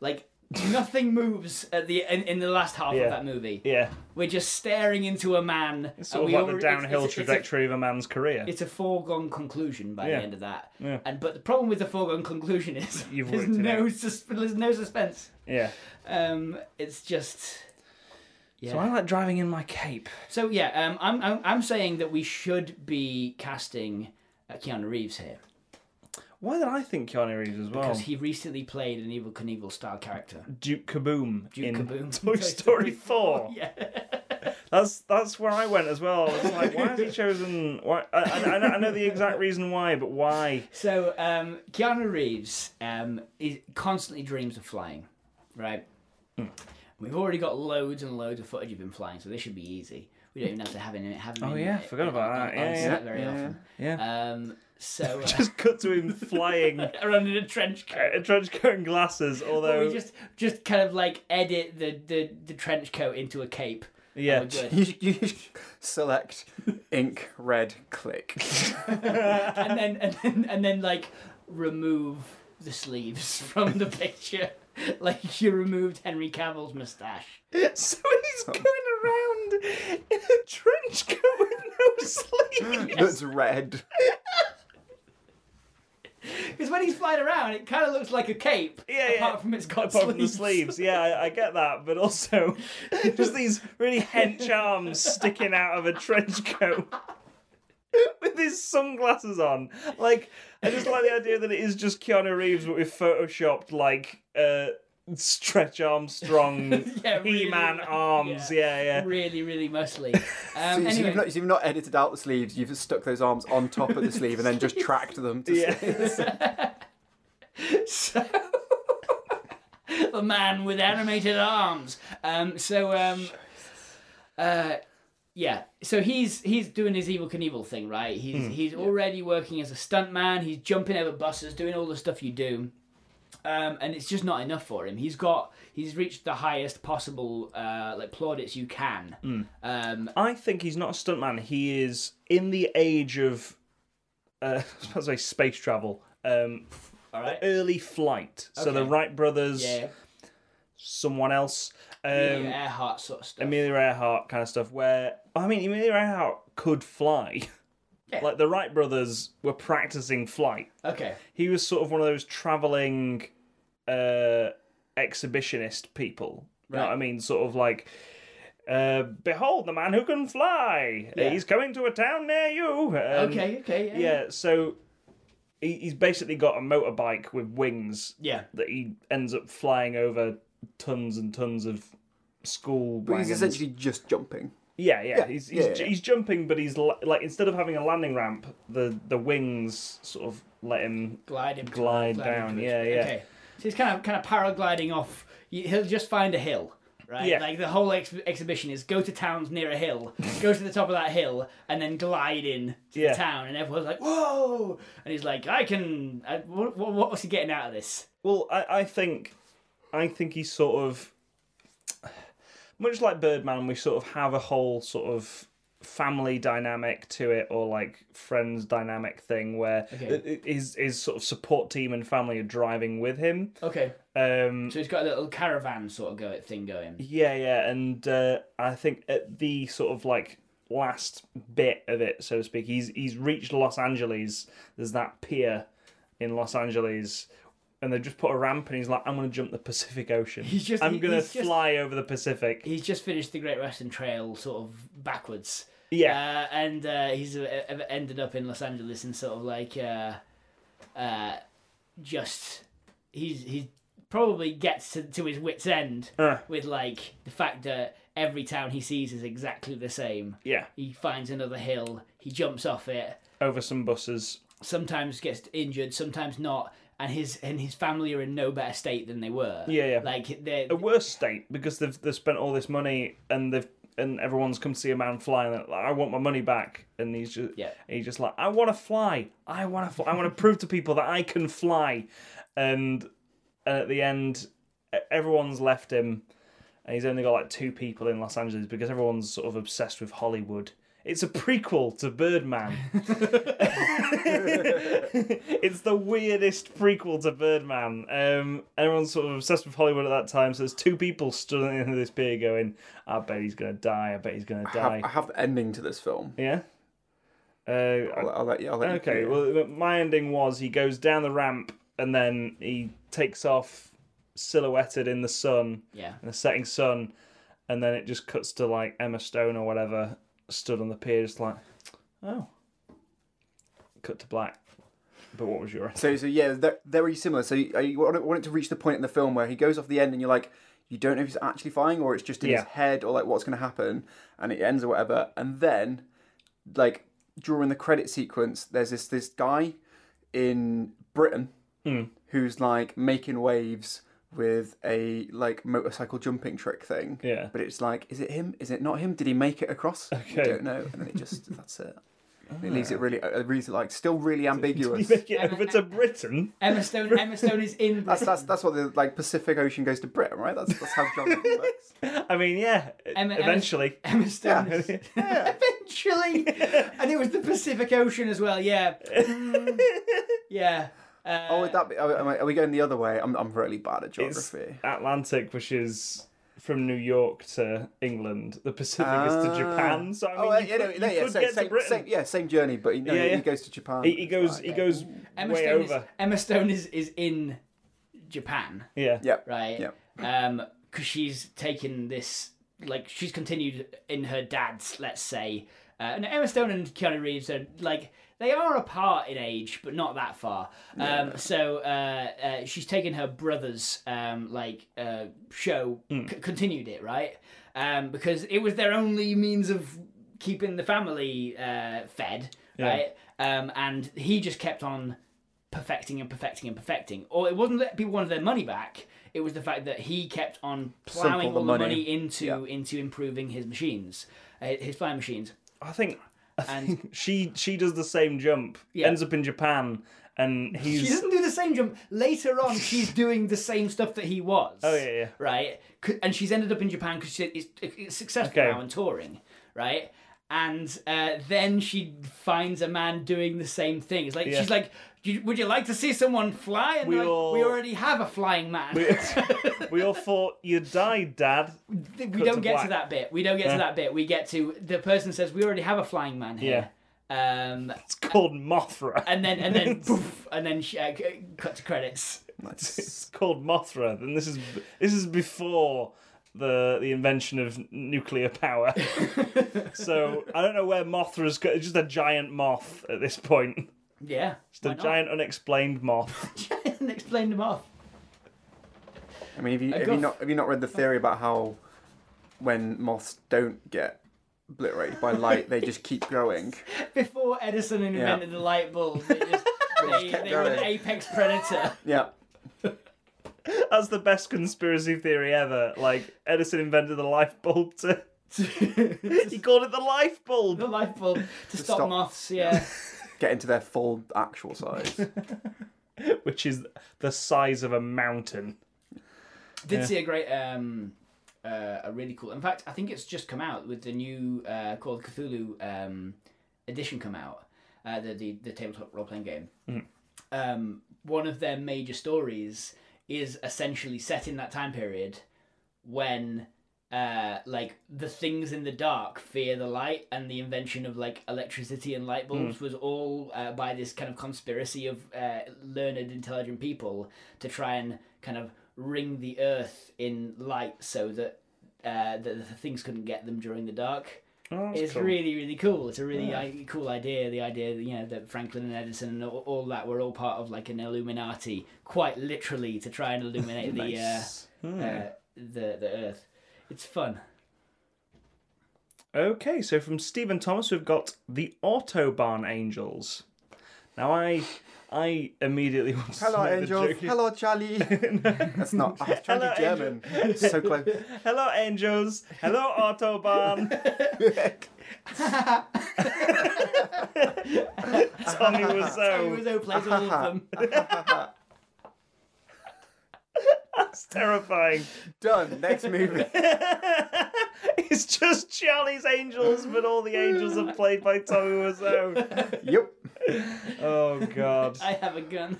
[SPEAKER 2] like nothing [LAUGHS] moves at the in, in the last half
[SPEAKER 3] Yeah.
[SPEAKER 2] of that movie.
[SPEAKER 3] yeah.
[SPEAKER 2] We're just staring into a man.
[SPEAKER 3] It's
[SPEAKER 2] and
[SPEAKER 3] sort of
[SPEAKER 2] we
[SPEAKER 3] like
[SPEAKER 2] alre-
[SPEAKER 3] the downhill
[SPEAKER 2] it's, it's,
[SPEAKER 3] trajectory of a man's career.
[SPEAKER 2] It's a, it's a foregone conclusion by
[SPEAKER 3] Yeah.
[SPEAKER 2] the end of that.
[SPEAKER 3] Yeah.
[SPEAKER 2] And but the problem with the foregone conclusion is
[SPEAKER 3] [LAUGHS] You've
[SPEAKER 2] there's
[SPEAKER 3] worked it
[SPEAKER 2] no sus- there's no suspense.
[SPEAKER 3] yeah.
[SPEAKER 2] Um, it's just yeah.
[SPEAKER 3] So I like driving in my cape.
[SPEAKER 2] So yeah, um, I'm, I'm I'm saying that we should be casting uh, Keanu Reeves here.
[SPEAKER 3] Why did I think Keanu Reeves as well?
[SPEAKER 2] because he recently played an Evil Knievel style character.
[SPEAKER 3] Duke Kaboom
[SPEAKER 2] [LAUGHS] Duke
[SPEAKER 3] in
[SPEAKER 2] Kaboom.
[SPEAKER 3] Oh. Toy Story Four.
[SPEAKER 2] Yeah.
[SPEAKER 3] That's that's where I went as well. It's like, why
[SPEAKER 2] [LAUGHS]
[SPEAKER 3] has he chosen? Why? I, I, I know- I know the exact reason why, but why?
[SPEAKER 2] So um, Keanu Reeves um, is constantly dreams of flying, right?
[SPEAKER 3] Hmm.
[SPEAKER 2] We've already got loads and loads of footage of him flying, so this should be easy. We don't even have to have him. Have him
[SPEAKER 3] Oh,
[SPEAKER 2] in-
[SPEAKER 3] yeah, forgot about
[SPEAKER 2] on-
[SPEAKER 3] that.
[SPEAKER 2] on
[SPEAKER 3] Yeah,
[SPEAKER 2] set
[SPEAKER 3] yeah,
[SPEAKER 2] very
[SPEAKER 1] yeah,
[SPEAKER 2] often.
[SPEAKER 3] [LAUGHS] Yeah.
[SPEAKER 2] Um,
[SPEAKER 3] [LAUGHS]
[SPEAKER 2] so uh, [LAUGHS]
[SPEAKER 3] Just cut to him flying, uh,
[SPEAKER 2] around in a trench coat.
[SPEAKER 3] a trench coat and glasses.
[SPEAKER 2] Or
[SPEAKER 3] Although,
[SPEAKER 2] we just just kind of like edit the, the, the trench coat into a cape.
[SPEAKER 3] yeah,
[SPEAKER 2] And we're good.
[SPEAKER 1] You, you [LAUGHS] select ink red
[SPEAKER 2] [LAUGHS]
[SPEAKER 1] click. [LAUGHS]
[SPEAKER 2] and then and then and then like remove the sleeves [LAUGHS] from the picture. [LAUGHS] Like you removed Henry Cavill's moustache.
[SPEAKER 3] [LAUGHS] so he's going around in a trench coat with no
[SPEAKER 2] [LAUGHS]
[SPEAKER 3] sleeves.
[SPEAKER 1] That's red.
[SPEAKER 2] Um, Because when he's flying around, it kind of looks like a cape.
[SPEAKER 3] Yeah, yeah.
[SPEAKER 2] Apart from
[SPEAKER 3] [LAUGHS]
[SPEAKER 2] it's got
[SPEAKER 3] Apart from the
[SPEAKER 2] sleeves.
[SPEAKER 3] sleeves, yeah, I, I get that, but also [LAUGHS] just these really hench arms sticking out of a trench coat [LAUGHS] with his sunglasses on. Like, I just like the idea that it is just Keanu Reeves, but we've photoshopped like uh, stretch Armstrong,
[SPEAKER 2] [LAUGHS] Yeah, really,
[SPEAKER 3] He-Man
[SPEAKER 2] like-
[SPEAKER 3] arms. Yeah,
[SPEAKER 2] yeah.
[SPEAKER 3] yeah.
[SPEAKER 2] [LAUGHS] Really,
[SPEAKER 3] [LAUGHS]
[SPEAKER 2] really muscly.
[SPEAKER 1] So,
[SPEAKER 2] Um,
[SPEAKER 1] so
[SPEAKER 2] anyway,
[SPEAKER 1] you've not, so you've not edited out the sleeves. You've stuck those arms on top of the sleeve and then
[SPEAKER 2] [LAUGHS]
[SPEAKER 1] just tracked them. To
[SPEAKER 3] Yeah.
[SPEAKER 2] [LAUGHS] so a man with animated arms. Um, so um, uh, yeah, so he's he's doing his evil Knievel thing, right? He's
[SPEAKER 3] Hmm.
[SPEAKER 2] he's already working as a stuntman. He's jumping over buses, doing all the stuff you do. Um, and it's just not enough for him. He's got he's reached the highest possible uh, like plaudits you can.
[SPEAKER 3] Hmm.
[SPEAKER 2] Um,
[SPEAKER 3] I think he's not a stuntman. He is in the age of, uh, [LAUGHS] I was about to say space travel, um,
[SPEAKER 2] all right.
[SPEAKER 3] early flight. So the
[SPEAKER 2] Okay.
[SPEAKER 3] Wright brothers.
[SPEAKER 2] Yeah,
[SPEAKER 3] someone else. Um,
[SPEAKER 2] Amelia Earhart sort of stuff.
[SPEAKER 3] Amelia Earhart kind of stuff. Where I mean, Amelia Earhart could fly. [LAUGHS]
[SPEAKER 2] Yeah.
[SPEAKER 3] Like the Wright brothers were practicing flight.
[SPEAKER 2] okay,
[SPEAKER 3] He was sort of one of those traveling uh, exhibitionist people. You know
[SPEAKER 2] Right.
[SPEAKER 3] what I mean? Sort of like. Uh, behold the man who can fly!
[SPEAKER 2] Yeah.
[SPEAKER 3] He's coming to a town near you. Um,
[SPEAKER 2] okay, okay, yeah,
[SPEAKER 3] Yeah, so he, he's basically got a motorbike with wings
[SPEAKER 2] yeah.
[SPEAKER 3] that he ends up flying over tons and tons of school
[SPEAKER 1] But he's
[SPEAKER 3] wagons.
[SPEAKER 1] essentially just jumping.
[SPEAKER 3] yeah, yeah, He's he's,
[SPEAKER 1] yeah, yeah.
[SPEAKER 3] he's jumping, but he's li- like instead of having a landing ramp, the the wings sort of let him.
[SPEAKER 2] glide him
[SPEAKER 3] Glide
[SPEAKER 2] him
[SPEAKER 3] down,
[SPEAKER 2] to it.
[SPEAKER 3] yeah, yeah.
[SPEAKER 2] Okay, so he's kind of kind of paragliding off. He- He'll just find a hill, right?
[SPEAKER 3] Yeah.
[SPEAKER 2] Like the whole ex- exhibition is go to towns near a hill, go to the top of that hill, and then glide in to
[SPEAKER 3] Yeah.
[SPEAKER 2] the town, and everyone's like, "Whoa!" And he's like, "I can." I, what, what, what was he getting out of this?
[SPEAKER 3] Well, I, I think, I think he's sort of much like Birdman. We sort of have a whole sort of family dynamic to it, or like friends dynamic thing, where
[SPEAKER 2] Okay.
[SPEAKER 3] th- th- his his sort of support team and family are driving with him.
[SPEAKER 2] Okay,
[SPEAKER 3] Um,
[SPEAKER 2] so he's got a little caravan sort of go thing going.
[SPEAKER 3] Yeah, yeah, and uh, I think at the sort of like last bit of it, so to speak, he's he's reached Los Angeles. There's that pier in Los Angeles, and they just put a ramp, and he's like, "I'm gonna jump the Pacific Ocean.
[SPEAKER 2] [LAUGHS] He's just-
[SPEAKER 3] I'm
[SPEAKER 2] he-
[SPEAKER 3] gonna
[SPEAKER 2] he's just-
[SPEAKER 3] fly over the Pacific."
[SPEAKER 2] He's just finished the Great Western Trail, sort of backwards.
[SPEAKER 3] Yeah,
[SPEAKER 2] Uh, and uh, he's uh, uh, ended up in Los Angeles and sort of like uh, uh, just he's he probably gets to, to his wits end
[SPEAKER 3] Uh.
[SPEAKER 2] with like the fact that every town he sees is exactly the same.
[SPEAKER 3] yeah,
[SPEAKER 2] He finds another hill, he jumps off it,
[SPEAKER 3] over some buses.
[SPEAKER 2] sometimes gets injured, sometimes not, and his and his family are in no better state than they were.
[SPEAKER 3] Yeah, Oh. yeah.
[SPEAKER 2] Like they're
[SPEAKER 3] A worse state because they've they've spent all this money and they've and everyone's come to see a man fly and they're like, I want my money back and he's just
[SPEAKER 2] Yeah.
[SPEAKER 3] and he's just like I want to fly I want to fly. I want to prove to people that I can fly and and at the end e- everyone's left him and he's only got like two people in Los Angeles because everyone's sort of obsessed with Hollywood. It's a prequel to Birdman. [LAUGHS] it's the weirdest prequel to Birdman. Um, everyone's sort of obsessed with Hollywood at that time, so there's two people stood at the end of this pier going, I bet he's going to die, I bet he's going to
[SPEAKER 1] I [LAUGHS]
[SPEAKER 3] die.
[SPEAKER 1] have, I have the ending to this film.
[SPEAKER 3] Yeah? Uh,
[SPEAKER 1] I'll, I'll let you. I'll let you
[SPEAKER 3] Okay,
[SPEAKER 1] do it.
[SPEAKER 3] well, my ending was he goes down the ramp and then he takes off, silhouetted in the sun,
[SPEAKER 2] yeah.
[SPEAKER 3] in the setting sun, and then it just cuts to like Emma Stone or whatever stood on the pier, just like, oh, cut to black. But what was your?
[SPEAKER 1] So, so yeah, they're they're very similar. So I want it, want it to reach the point in the film where he goes off the end, and you're like, you don't know if he's actually flying or it's just in his
[SPEAKER 3] Yeah.
[SPEAKER 1] head or like what's going to happen and it ends or whatever and then like during the credit sequence there's this this guy in britain
[SPEAKER 3] Hmm.
[SPEAKER 1] who's like making waves with a like motorcycle jumping trick thing
[SPEAKER 3] [LAUGHS] Yeah.
[SPEAKER 1] but it's like is it him is it not him did he make it across
[SPEAKER 3] Okay.
[SPEAKER 1] i don't know and then it just that's it it leaves it really it leaves it like still really ambiguous
[SPEAKER 3] You make it over to Britain.
[SPEAKER 2] Emma Stone. Emma Stone is in.
[SPEAKER 1] that's that's that's what the like Pacific Ocean goes to Britain, right? That's that's how John
[SPEAKER 3] [LAUGHS]
[SPEAKER 1] works.
[SPEAKER 3] I mean, yeah.
[SPEAKER 2] Emma-
[SPEAKER 3] eventually.
[SPEAKER 2] Emma Stone.
[SPEAKER 1] Yeah. [LAUGHS]
[SPEAKER 2] is- Eventually, and it was the Pacific Ocean as well. Yeah, Mm, yeah. Uh,
[SPEAKER 1] Oh, would that be? Are, am I- are we going the other way? I'm I'm really bad at
[SPEAKER 3] [LAUGHS] It's
[SPEAKER 1] geography.
[SPEAKER 3] Atlantic, which is from New York to England. The Pacific is to
[SPEAKER 1] Ah.
[SPEAKER 3] Japan. So I mean,
[SPEAKER 1] oh,
[SPEAKER 3] you,
[SPEAKER 1] yeah, no,
[SPEAKER 3] could,
[SPEAKER 1] no,
[SPEAKER 3] you
[SPEAKER 1] yeah,
[SPEAKER 3] could
[SPEAKER 1] same,
[SPEAKER 3] get to
[SPEAKER 1] same,
[SPEAKER 3] Britain.
[SPEAKER 1] same- yeah, same journey, but no,
[SPEAKER 3] Yeah,
[SPEAKER 1] he-
[SPEAKER 3] yeah.
[SPEAKER 1] he goes to Japan.
[SPEAKER 3] He, he goes. He
[SPEAKER 1] Okay.
[SPEAKER 3] goes
[SPEAKER 2] Emma
[SPEAKER 3] way
[SPEAKER 2] Stone
[SPEAKER 3] over.
[SPEAKER 2] Is, Emma Stone is is in Japan,
[SPEAKER 3] Yeah.
[SPEAKER 1] Yeah,
[SPEAKER 2] right?
[SPEAKER 1] Yeah.
[SPEAKER 2] Um, because she's taken this, like, she's continued in her dad's, let's say, uh, and Emma Stone and Keanu Reeves are like they are apart in age, but not that far. Um, so uh, uh, she's taken her brother's um like uh show, c- continued it, right? Um, because it was their only means of keeping the family uh fed, right? Um, and he just kept on perfecting and perfecting and perfecting. Or it wasn't that people wanted their money back. It was the fact that he kept on
[SPEAKER 1] Sunk
[SPEAKER 2] plowing all
[SPEAKER 1] all
[SPEAKER 2] the
[SPEAKER 1] the
[SPEAKER 2] money,
[SPEAKER 1] money.
[SPEAKER 2] into
[SPEAKER 1] Yeah.
[SPEAKER 2] into improving his machines, uh, his flying machines.
[SPEAKER 3] I think. [LAUGHS] I
[SPEAKER 2] And-
[SPEAKER 3] think she she does the same jump.
[SPEAKER 2] Yeah.
[SPEAKER 3] Ends up in Japan,
[SPEAKER 2] [LAUGHS]
[SPEAKER 3] and he's.
[SPEAKER 2] [LAUGHS] She doesn't do the same jump. Later
[SPEAKER 3] [LAUGHS]
[SPEAKER 2] on, she's doing the same stuff that he was.
[SPEAKER 3] Oh, yeah, yeah.
[SPEAKER 2] Right? C- And she's ended up in Japan because it's, it's successful
[SPEAKER 3] Okay.
[SPEAKER 2] now and touring, right? And uh, then she finds a man doing the same thing. It's like
[SPEAKER 3] Yeah.
[SPEAKER 2] she's like, "You- "Would you like to see someone fly?" And
[SPEAKER 3] We
[SPEAKER 2] we, like,
[SPEAKER 3] all-
[SPEAKER 2] we already have a flying man. [LAUGHS]
[SPEAKER 3] we all thought you died, Dad.
[SPEAKER 2] Th- we
[SPEAKER 3] Cut
[SPEAKER 2] don't
[SPEAKER 3] to
[SPEAKER 2] get to
[SPEAKER 3] black.
[SPEAKER 2] that bit. We don't get to that bit. We get to the person says we already have a flying man here. Um,
[SPEAKER 3] It's called Mothra.
[SPEAKER 2] and then and then poof, [LAUGHS] and then she, uh, c- cut to credits.
[SPEAKER 1] nice.
[SPEAKER 3] [LAUGHS] [LAUGHS] it's called Mothra, and this is this is before the the invention of nuclear
[SPEAKER 2] [LAUGHS]
[SPEAKER 3] power. so I don't know where Mothra's go. It's just a giant moth at this point.
[SPEAKER 2] Yeah,
[SPEAKER 3] Just a giant unexplained moth.
[SPEAKER 2] [LAUGHS] and explained them off.
[SPEAKER 1] I mean, have you, have you
[SPEAKER 2] goth.
[SPEAKER 1] not have you not read the theory about how when moths don't get obliterated by light, they just keep growing?
[SPEAKER 3] [LAUGHS]
[SPEAKER 2] Before Edison invented the light bulb, they, [LAUGHS] just, they,
[SPEAKER 1] kept
[SPEAKER 2] they were an
[SPEAKER 1] going.
[SPEAKER 2] apex predator. [LAUGHS]
[SPEAKER 1] Yeah,
[SPEAKER 3] That's the best conspiracy theory ever. Like Edison invented the life bulb to. he called it the life
[SPEAKER 2] the
[SPEAKER 3] bulb.
[SPEAKER 2] light bulb to stop,
[SPEAKER 1] stop-
[SPEAKER 2] moths. Yeah,
[SPEAKER 1] get into their full actual size.
[SPEAKER 3] Which is the size of a mountain.
[SPEAKER 2] did see a great. Um, uh, a really cool. In fact, I think it's just come out with the new uh, called Cthulhu um, edition come out. Uh, the, the the tabletop role playing game. Um, one of their major stories is essentially set in that time period when uh like the things in the dark fear the light and the invention of like electricity and light
[SPEAKER 3] Hmm.
[SPEAKER 2] bulbs was all uh, by this kind of conspiracy of uh, learned intelligent people to try and kind of ring the earth in light so that uh, that the things couldn't get them during the dark
[SPEAKER 3] Oh, that's
[SPEAKER 2] it's
[SPEAKER 3] cool.
[SPEAKER 2] really really cool it's a really i cool idea the idea that you know that franklin and edison and all, all that were all part of like an illuminati quite literally to try
[SPEAKER 3] [LAUGHS]
[SPEAKER 2] and illuminate the uh,
[SPEAKER 3] Hmm.
[SPEAKER 2] uh, the the earth it's fun
[SPEAKER 3] Okay, so from Stephen Thomas, we've got the Autobahn Angels. Now, I I immediately [LAUGHS] want to
[SPEAKER 1] Hello,
[SPEAKER 3] make the
[SPEAKER 1] angels.
[SPEAKER 3] joke-
[SPEAKER 1] Hello, Charlie. That's not. I was trying to be
[SPEAKER 3] Hello,
[SPEAKER 1] German. So close.
[SPEAKER 3] Hello, angels. Hello, Autobahn. Tommy
[SPEAKER 2] Tommy
[SPEAKER 3] Wiseau.
[SPEAKER 2] Wiseau
[SPEAKER 3] [LAUGHS]
[SPEAKER 2] plays all of them
[SPEAKER 3] That's [LAUGHS] terrifying.
[SPEAKER 1] Done. Next movie.
[SPEAKER 3] It's just Charlie's Angels, but all the angels are played by Tommy Wiseau.
[SPEAKER 1] Yep.
[SPEAKER 3] Oh God.
[SPEAKER 2] i have a gun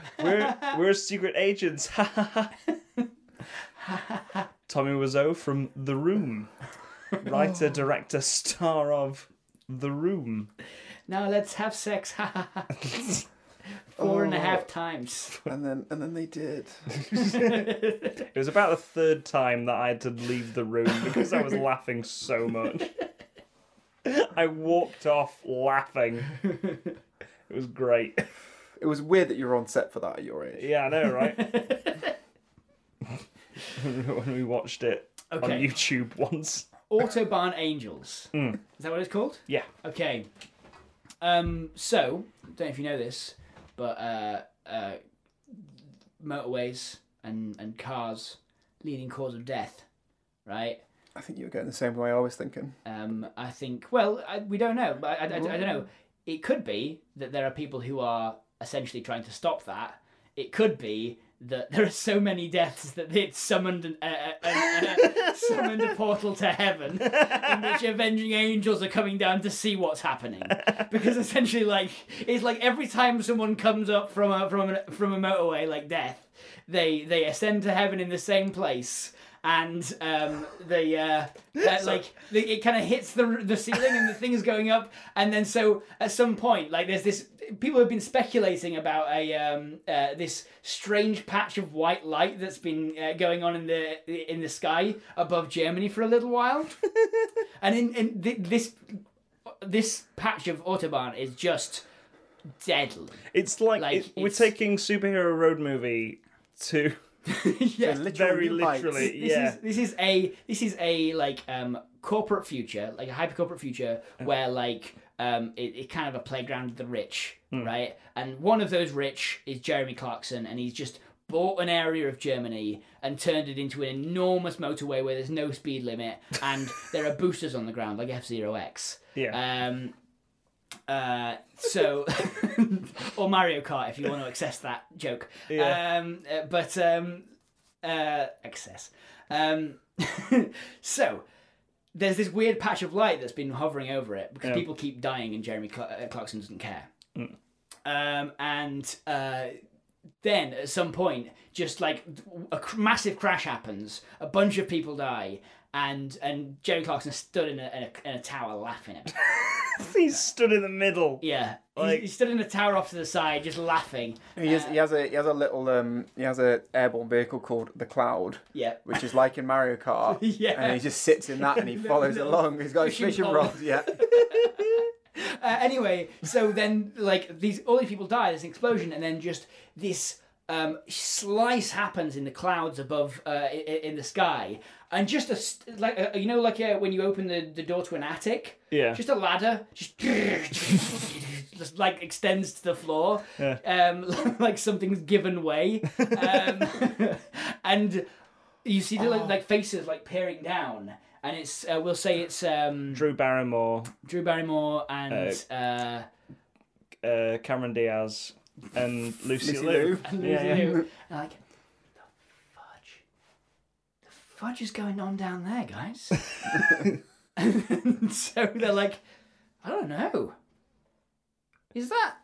[SPEAKER 2] [LAUGHS]
[SPEAKER 3] We're we're secret agents. [LAUGHS] Ha ha ha. Tommy Wiseau from The Room, writer, director, star of The Room.
[SPEAKER 2] now let's have sex [LAUGHS] Four and a half
[SPEAKER 3] Oh.
[SPEAKER 2] times
[SPEAKER 1] And then and then they did.
[SPEAKER 3] It was about the third time that I had to leave the room because I was laughing so much. I walked off laughing. It was great.
[SPEAKER 1] It was weird that you were on set for that at your age.
[SPEAKER 3] Yeah, I know, right? [LAUGHS] when we watched it on [LAUGHS]
[SPEAKER 2] Okay.
[SPEAKER 3] YouTube once.
[SPEAKER 2] Autobahn Angels. Is that what it's called?
[SPEAKER 3] Yeah.
[SPEAKER 2] Okay. Um, so, don't know if you know this, but uh, uh, motorways and, and cars, leading cause of death, right?
[SPEAKER 1] I think you were going the same way I was thinking.
[SPEAKER 2] Um, I think, well, I, we don't know. but I, I, I don't know. It could be that there are people who are essentially trying to stop that. It could be that there are so many deaths that it summoned an, uh, uh, uh, uh, summoned a portal to heaven in which avenging angels are coming down to see what's happening. Because essentially, like, it's like every time someone comes up from a from a, from a motorway like death, they they ascend to heaven in the same place. And um, they uh, that, like the, it kind of hits the the ceiling and the thing's going up, and then so at some point, like there's this people have been speculating about a um, uh, this strange patch of white light that's been uh, going on in the in the sky above Germany for a little while, and in, in th- this this patch of autobahn is just deadly.
[SPEAKER 3] It's like,
[SPEAKER 2] Like,
[SPEAKER 3] it- we're
[SPEAKER 2] it's-
[SPEAKER 3] taking superhero road movie to [LAUGHS]
[SPEAKER 2] yeah.
[SPEAKER 1] Literal
[SPEAKER 3] very
[SPEAKER 1] new heights.
[SPEAKER 3] literally.
[SPEAKER 2] This
[SPEAKER 3] Yeah.
[SPEAKER 2] is this is a this is a like um corporate future, like a hyper corporate future where like um it, it kind of a playground of the rich, right? And one of those rich is Jeremy Clarkson and he's just bought an area of Germany and turned it into an enormous motorway where there's no speed limit and there are boosters on the ground like F Zero X.
[SPEAKER 3] Yeah.
[SPEAKER 2] Um, uh, so, [LAUGHS] or Mario Kart if you want to access that joke.
[SPEAKER 3] Yeah.
[SPEAKER 2] Um, uh, but um, uh, access. Um, [LAUGHS] so there's this weird patch of light that's been hovering over it because
[SPEAKER 3] Yeah. Mm.
[SPEAKER 2] people keep dying and Jeremy Cl- uh, Clarkson doesn't care. Um, and uh, then at some point, just like a cr- massive crash happens, a bunch of people die, and and Jeremy Clarkson stood in a, in a, in a tower laughing at. It.
[SPEAKER 3] He's stood in the middle.
[SPEAKER 2] Uh, Yeah,
[SPEAKER 3] Like-
[SPEAKER 2] he, he stood in a tower off to the side, just laughing. Uh,
[SPEAKER 1] He has, he has a he has a little um he has a airborne vehicle called the Cloud,
[SPEAKER 2] Yeah,
[SPEAKER 1] which is like in Mario Kart.
[SPEAKER 2] Yeah.
[SPEAKER 1] And he just sits in that and he follows
[SPEAKER 2] no.
[SPEAKER 1] along. He's got his
[SPEAKER 2] Fishing
[SPEAKER 1] fishing
[SPEAKER 2] pole.
[SPEAKER 1] rods. Yeah.
[SPEAKER 2] uh, anyway, so then like these all these people die. There's an explosion, and then just this um, slice happens in the clouds above uh, in, in the sky, and just a st- like uh, you know like uh, when you open the, the door to an attic.
[SPEAKER 3] Yeah.
[SPEAKER 2] Just a ladder, just, [LAUGHS] just like extends to the floor,
[SPEAKER 3] Yeah.
[SPEAKER 2] um, [LAUGHS] like something's given way, um, [LAUGHS] and you see the like, like faces like peering down, and it's uh, we'll say it's um,
[SPEAKER 3] Drew Barrymore,
[SPEAKER 2] Drew Barrymore and uh,
[SPEAKER 3] uh, Cameron Diaz, and Lucy,
[SPEAKER 1] Lucy
[SPEAKER 3] Liu.
[SPEAKER 1] Liu.
[SPEAKER 2] and
[SPEAKER 3] Yeah,
[SPEAKER 2] Lindsay
[SPEAKER 3] yeah.
[SPEAKER 2] Lohan. And like, the fudge, the fudge is going on down there, guys. [LAUGHS] and so they're like, I don't know. Is that?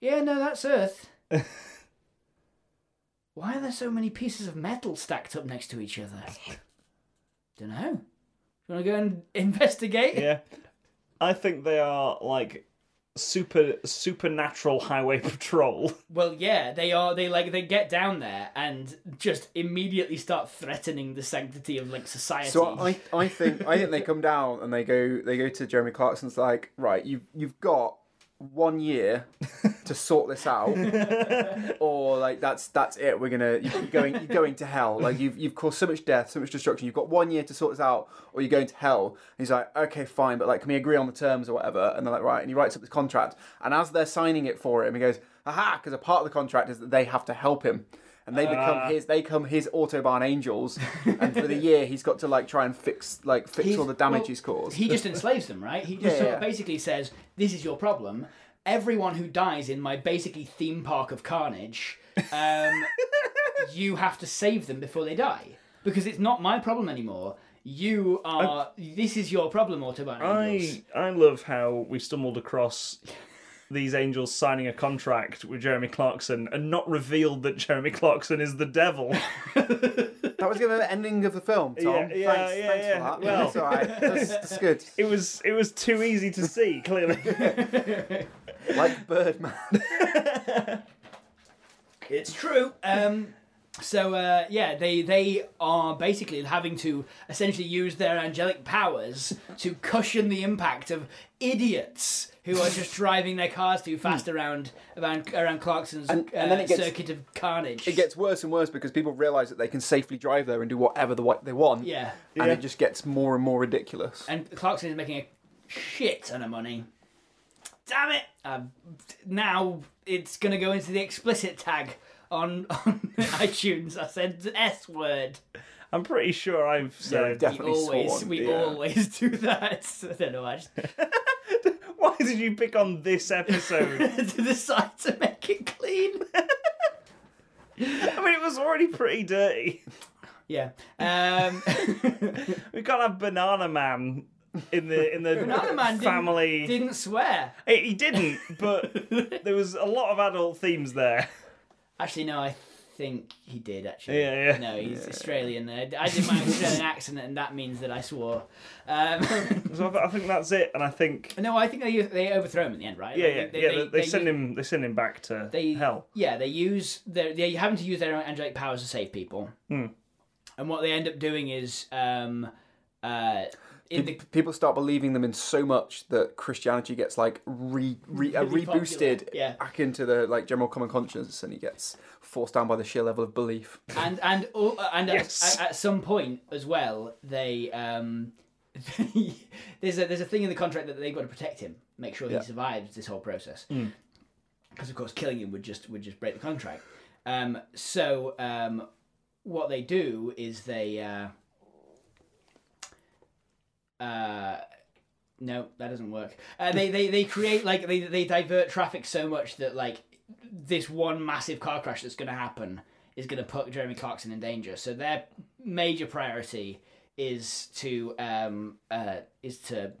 [SPEAKER 2] Yeah, no, that's Earth. Why are there so many pieces of metal stacked up next to each other? Don't know. You want to go and investigate?
[SPEAKER 3] Yeah. I think they are like super supernatural highway [LAUGHS] patrol.
[SPEAKER 2] Well, yeah, they are. They like they get down there and just immediately start threatening the sanctity of like society.
[SPEAKER 1] So I, I think I think they come down and they go they go to Jeremy Clarkson's like right you you've got one year to sort this
[SPEAKER 3] [LAUGHS]
[SPEAKER 1] out or like that's that's it we're gonna you're going you're going to hell like you've you've caused so much death so much destruction you've got one year to sort this out or you're going to hell and he's like okay fine but like can we agree on the terms or whatever and they're like right and he writes up this contract and as they're signing it for him he goes aha because a part of the contract is that they have to help him and they become
[SPEAKER 3] Ah.
[SPEAKER 1] his they come his autobahn
[SPEAKER 3] [LAUGHS]
[SPEAKER 1] angels and for the year he's got to like try and fix like fix
[SPEAKER 2] He's-
[SPEAKER 1] all the damage
[SPEAKER 2] well,
[SPEAKER 1] he's caused
[SPEAKER 2] He just enslaves them, right? He just
[SPEAKER 1] Yeah,
[SPEAKER 2] sort of
[SPEAKER 1] yeah.
[SPEAKER 2] basically says, "This is your problem. Everyone who dies in my basically theme park of carnage,
[SPEAKER 1] [LAUGHS]
[SPEAKER 2] um, you have to save them before they die because it's not my problem anymore. You are. this is your problem, Autobahn." Angels.
[SPEAKER 3] I I love how we stumbled across these angels signing a contract with Jeremy Clarkson and not revealed that Jeremy Clarkson is the
[SPEAKER 2] [LAUGHS]
[SPEAKER 3] devil.
[SPEAKER 1] that was the ending of the film Tom
[SPEAKER 3] Yeah, yeah,
[SPEAKER 1] thanks,
[SPEAKER 3] yeah,
[SPEAKER 1] thanks
[SPEAKER 3] yeah.
[SPEAKER 1] for that
[SPEAKER 3] Well-
[SPEAKER 1] that's alright that's, that's good
[SPEAKER 3] [LAUGHS] It was it was too easy to see, clearly.
[SPEAKER 1] like Birdman
[SPEAKER 2] It's true. Um, So uh, yeah, they they are basically having to essentially use their angelic powers to cushion the impact of idiots who are just driving their cars too fast around around around Clarkson's
[SPEAKER 1] Hmm. And-
[SPEAKER 2] uh,
[SPEAKER 1] and then it gets-
[SPEAKER 2] circuit of carnage.
[SPEAKER 1] It gets worse and worse because people realise that they can safely drive there and do whatever the wa- they want.
[SPEAKER 2] yeah,
[SPEAKER 1] And
[SPEAKER 3] Yeah.
[SPEAKER 1] it just gets more and more ridiculous.
[SPEAKER 2] and Clarkson is making a shit ton of money. Damn it! Um, now it's gonna go into the explicit tag on [LAUGHS] on iTunes. I said the S word.
[SPEAKER 3] I'm pretty sure I've said.
[SPEAKER 1] Yeah,
[SPEAKER 2] We
[SPEAKER 1] Definitely
[SPEAKER 2] always
[SPEAKER 1] sworn,
[SPEAKER 2] we
[SPEAKER 1] yeah.
[SPEAKER 2] always [LAUGHS] do that. I don't know why. I just [LAUGHS]
[SPEAKER 3] Why did you pick on this episode?
[SPEAKER 2] [LAUGHS] to the side to make it clean. [LAUGHS]
[SPEAKER 3] I mean, it was already pretty dirty.
[SPEAKER 2] Yeah. Um, [LAUGHS]
[SPEAKER 3] We can't have Banana Man in the in the
[SPEAKER 2] [LAUGHS] Banana Man didn't-
[SPEAKER 3] family.
[SPEAKER 2] didn't swear.
[SPEAKER 3] He- He didn't, but there was a lot of adult themes there.
[SPEAKER 2] Actually, no, I think he did, actually.
[SPEAKER 3] Yeah, yeah.
[SPEAKER 2] No, he's Australian. I I did my
[SPEAKER 3] [LAUGHS]
[SPEAKER 2] Australian accent, and that means that I swore. Um, [LAUGHS]
[SPEAKER 3] So I, th- I think that's it, and I think
[SPEAKER 2] no, I think they, they overthrow him at the end, right?
[SPEAKER 3] yeah,
[SPEAKER 2] Like,
[SPEAKER 3] yeah, yeah. They, they send
[SPEAKER 2] u-
[SPEAKER 3] him, they send him back to
[SPEAKER 2] they,
[SPEAKER 3] hell.
[SPEAKER 2] Yeah, they use they're, they're having to use their own angelic powers to save people.
[SPEAKER 3] Hmm.
[SPEAKER 2] And what they end up doing is um, uh, in the
[SPEAKER 1] Pe- people start believing them in so much that Christianity gets like re, re, uh,
[SPEAKER 2] Really popular,
[SPEAKER 1] reboosted
[SPEAKER 2] yeah.
[SPEAKER 1] back into the like general common conscience, and he gets forced down by the sheer level of belief.
[SPEAKER 2] and and all, and
[SPEAKER 3] Yes.
[SPEAKER 2] at, at some point as well, they um, [LAUGHS] they, there's a there's a thing in the contract that they've got to protect him, make sure
[SPEAKER 1] Yeah.
[SPEAKER 2] he survives this whole process, because of course killing him would just would just break the contract. Um, so um, what they do is they. Uh, uh, no, that doesn't work. Uh, they, they they create like they they divert traffic so much that like this one massive car crash that's going to happen is going to put Jeremy Clarkson in danger. So their major priority is to um uh is to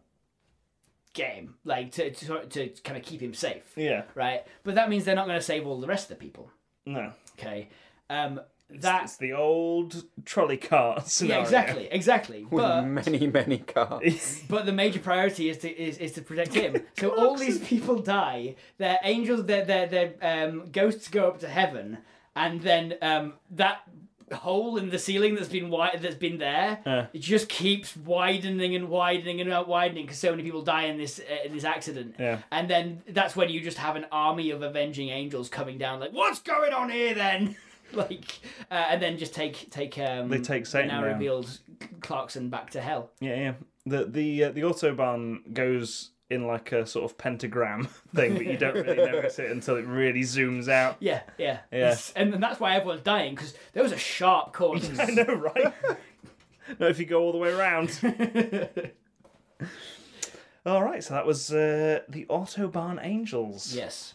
[SPEAKER 2] get him like to to, to kind of keep him safe,
[SPEAKER 3] Yeah,
[SPEAKER 2] right? But that means they're not going to save all the rest of the people.
[SPEAKER 3] no,
[SPEAKER 2] Okay, um, that
[SPEAKER 3] it's the old trolley cart scenario.
[SPEAKER 2] yeah, exactly,
[SPEAKER 3] [LAUGHS]
[SPEAKER 2] exactly. But
[SPEAKER 1] Many, many cars.
[SPEAKER 2] But the major priority is to is, is to protect
[SPEAKER 3] [LAUGHS]
[SPEAKER 2] him. so all these people die. Their angels, their their their um, ghosts go up to heaven, and then um, that hole in the ceiling that's been wide that's been there it just keeps widening and widening and out widening because so many people die in this uh, in this accident
[SPEAKER 3] Yeah.
[SPEAKER 2] and then that's when you just have an army of avenging angels coming down like what's going on here then [LAUGHS] like uh, and then just take take um
[SPEAKER 3] They take Satan
[SPEAKER 2] now
[SPEAKER 3] down.
[SPEAKER 2] revealed clarkson back to hell
[SPEAKER 3] Yeah, yeah. The the uh, the autobahn goes in like a sort of pentagram [LAUGHS] thing, but you don't really notice it until it really zooms out. [LAUGHS]
[SPEAKER 2] Yeah, yeah.
[SPEAKER 3] Yeah.
[SPEAKER 2] And, and that's why everyone's dying, because there was a sharp corner.
[SPEAKER 3] [LAUGHS] I know, right? no, if you go all the way around. all right, so that was uh, the Autobahn Angels.
[SPEAKER 2] yes.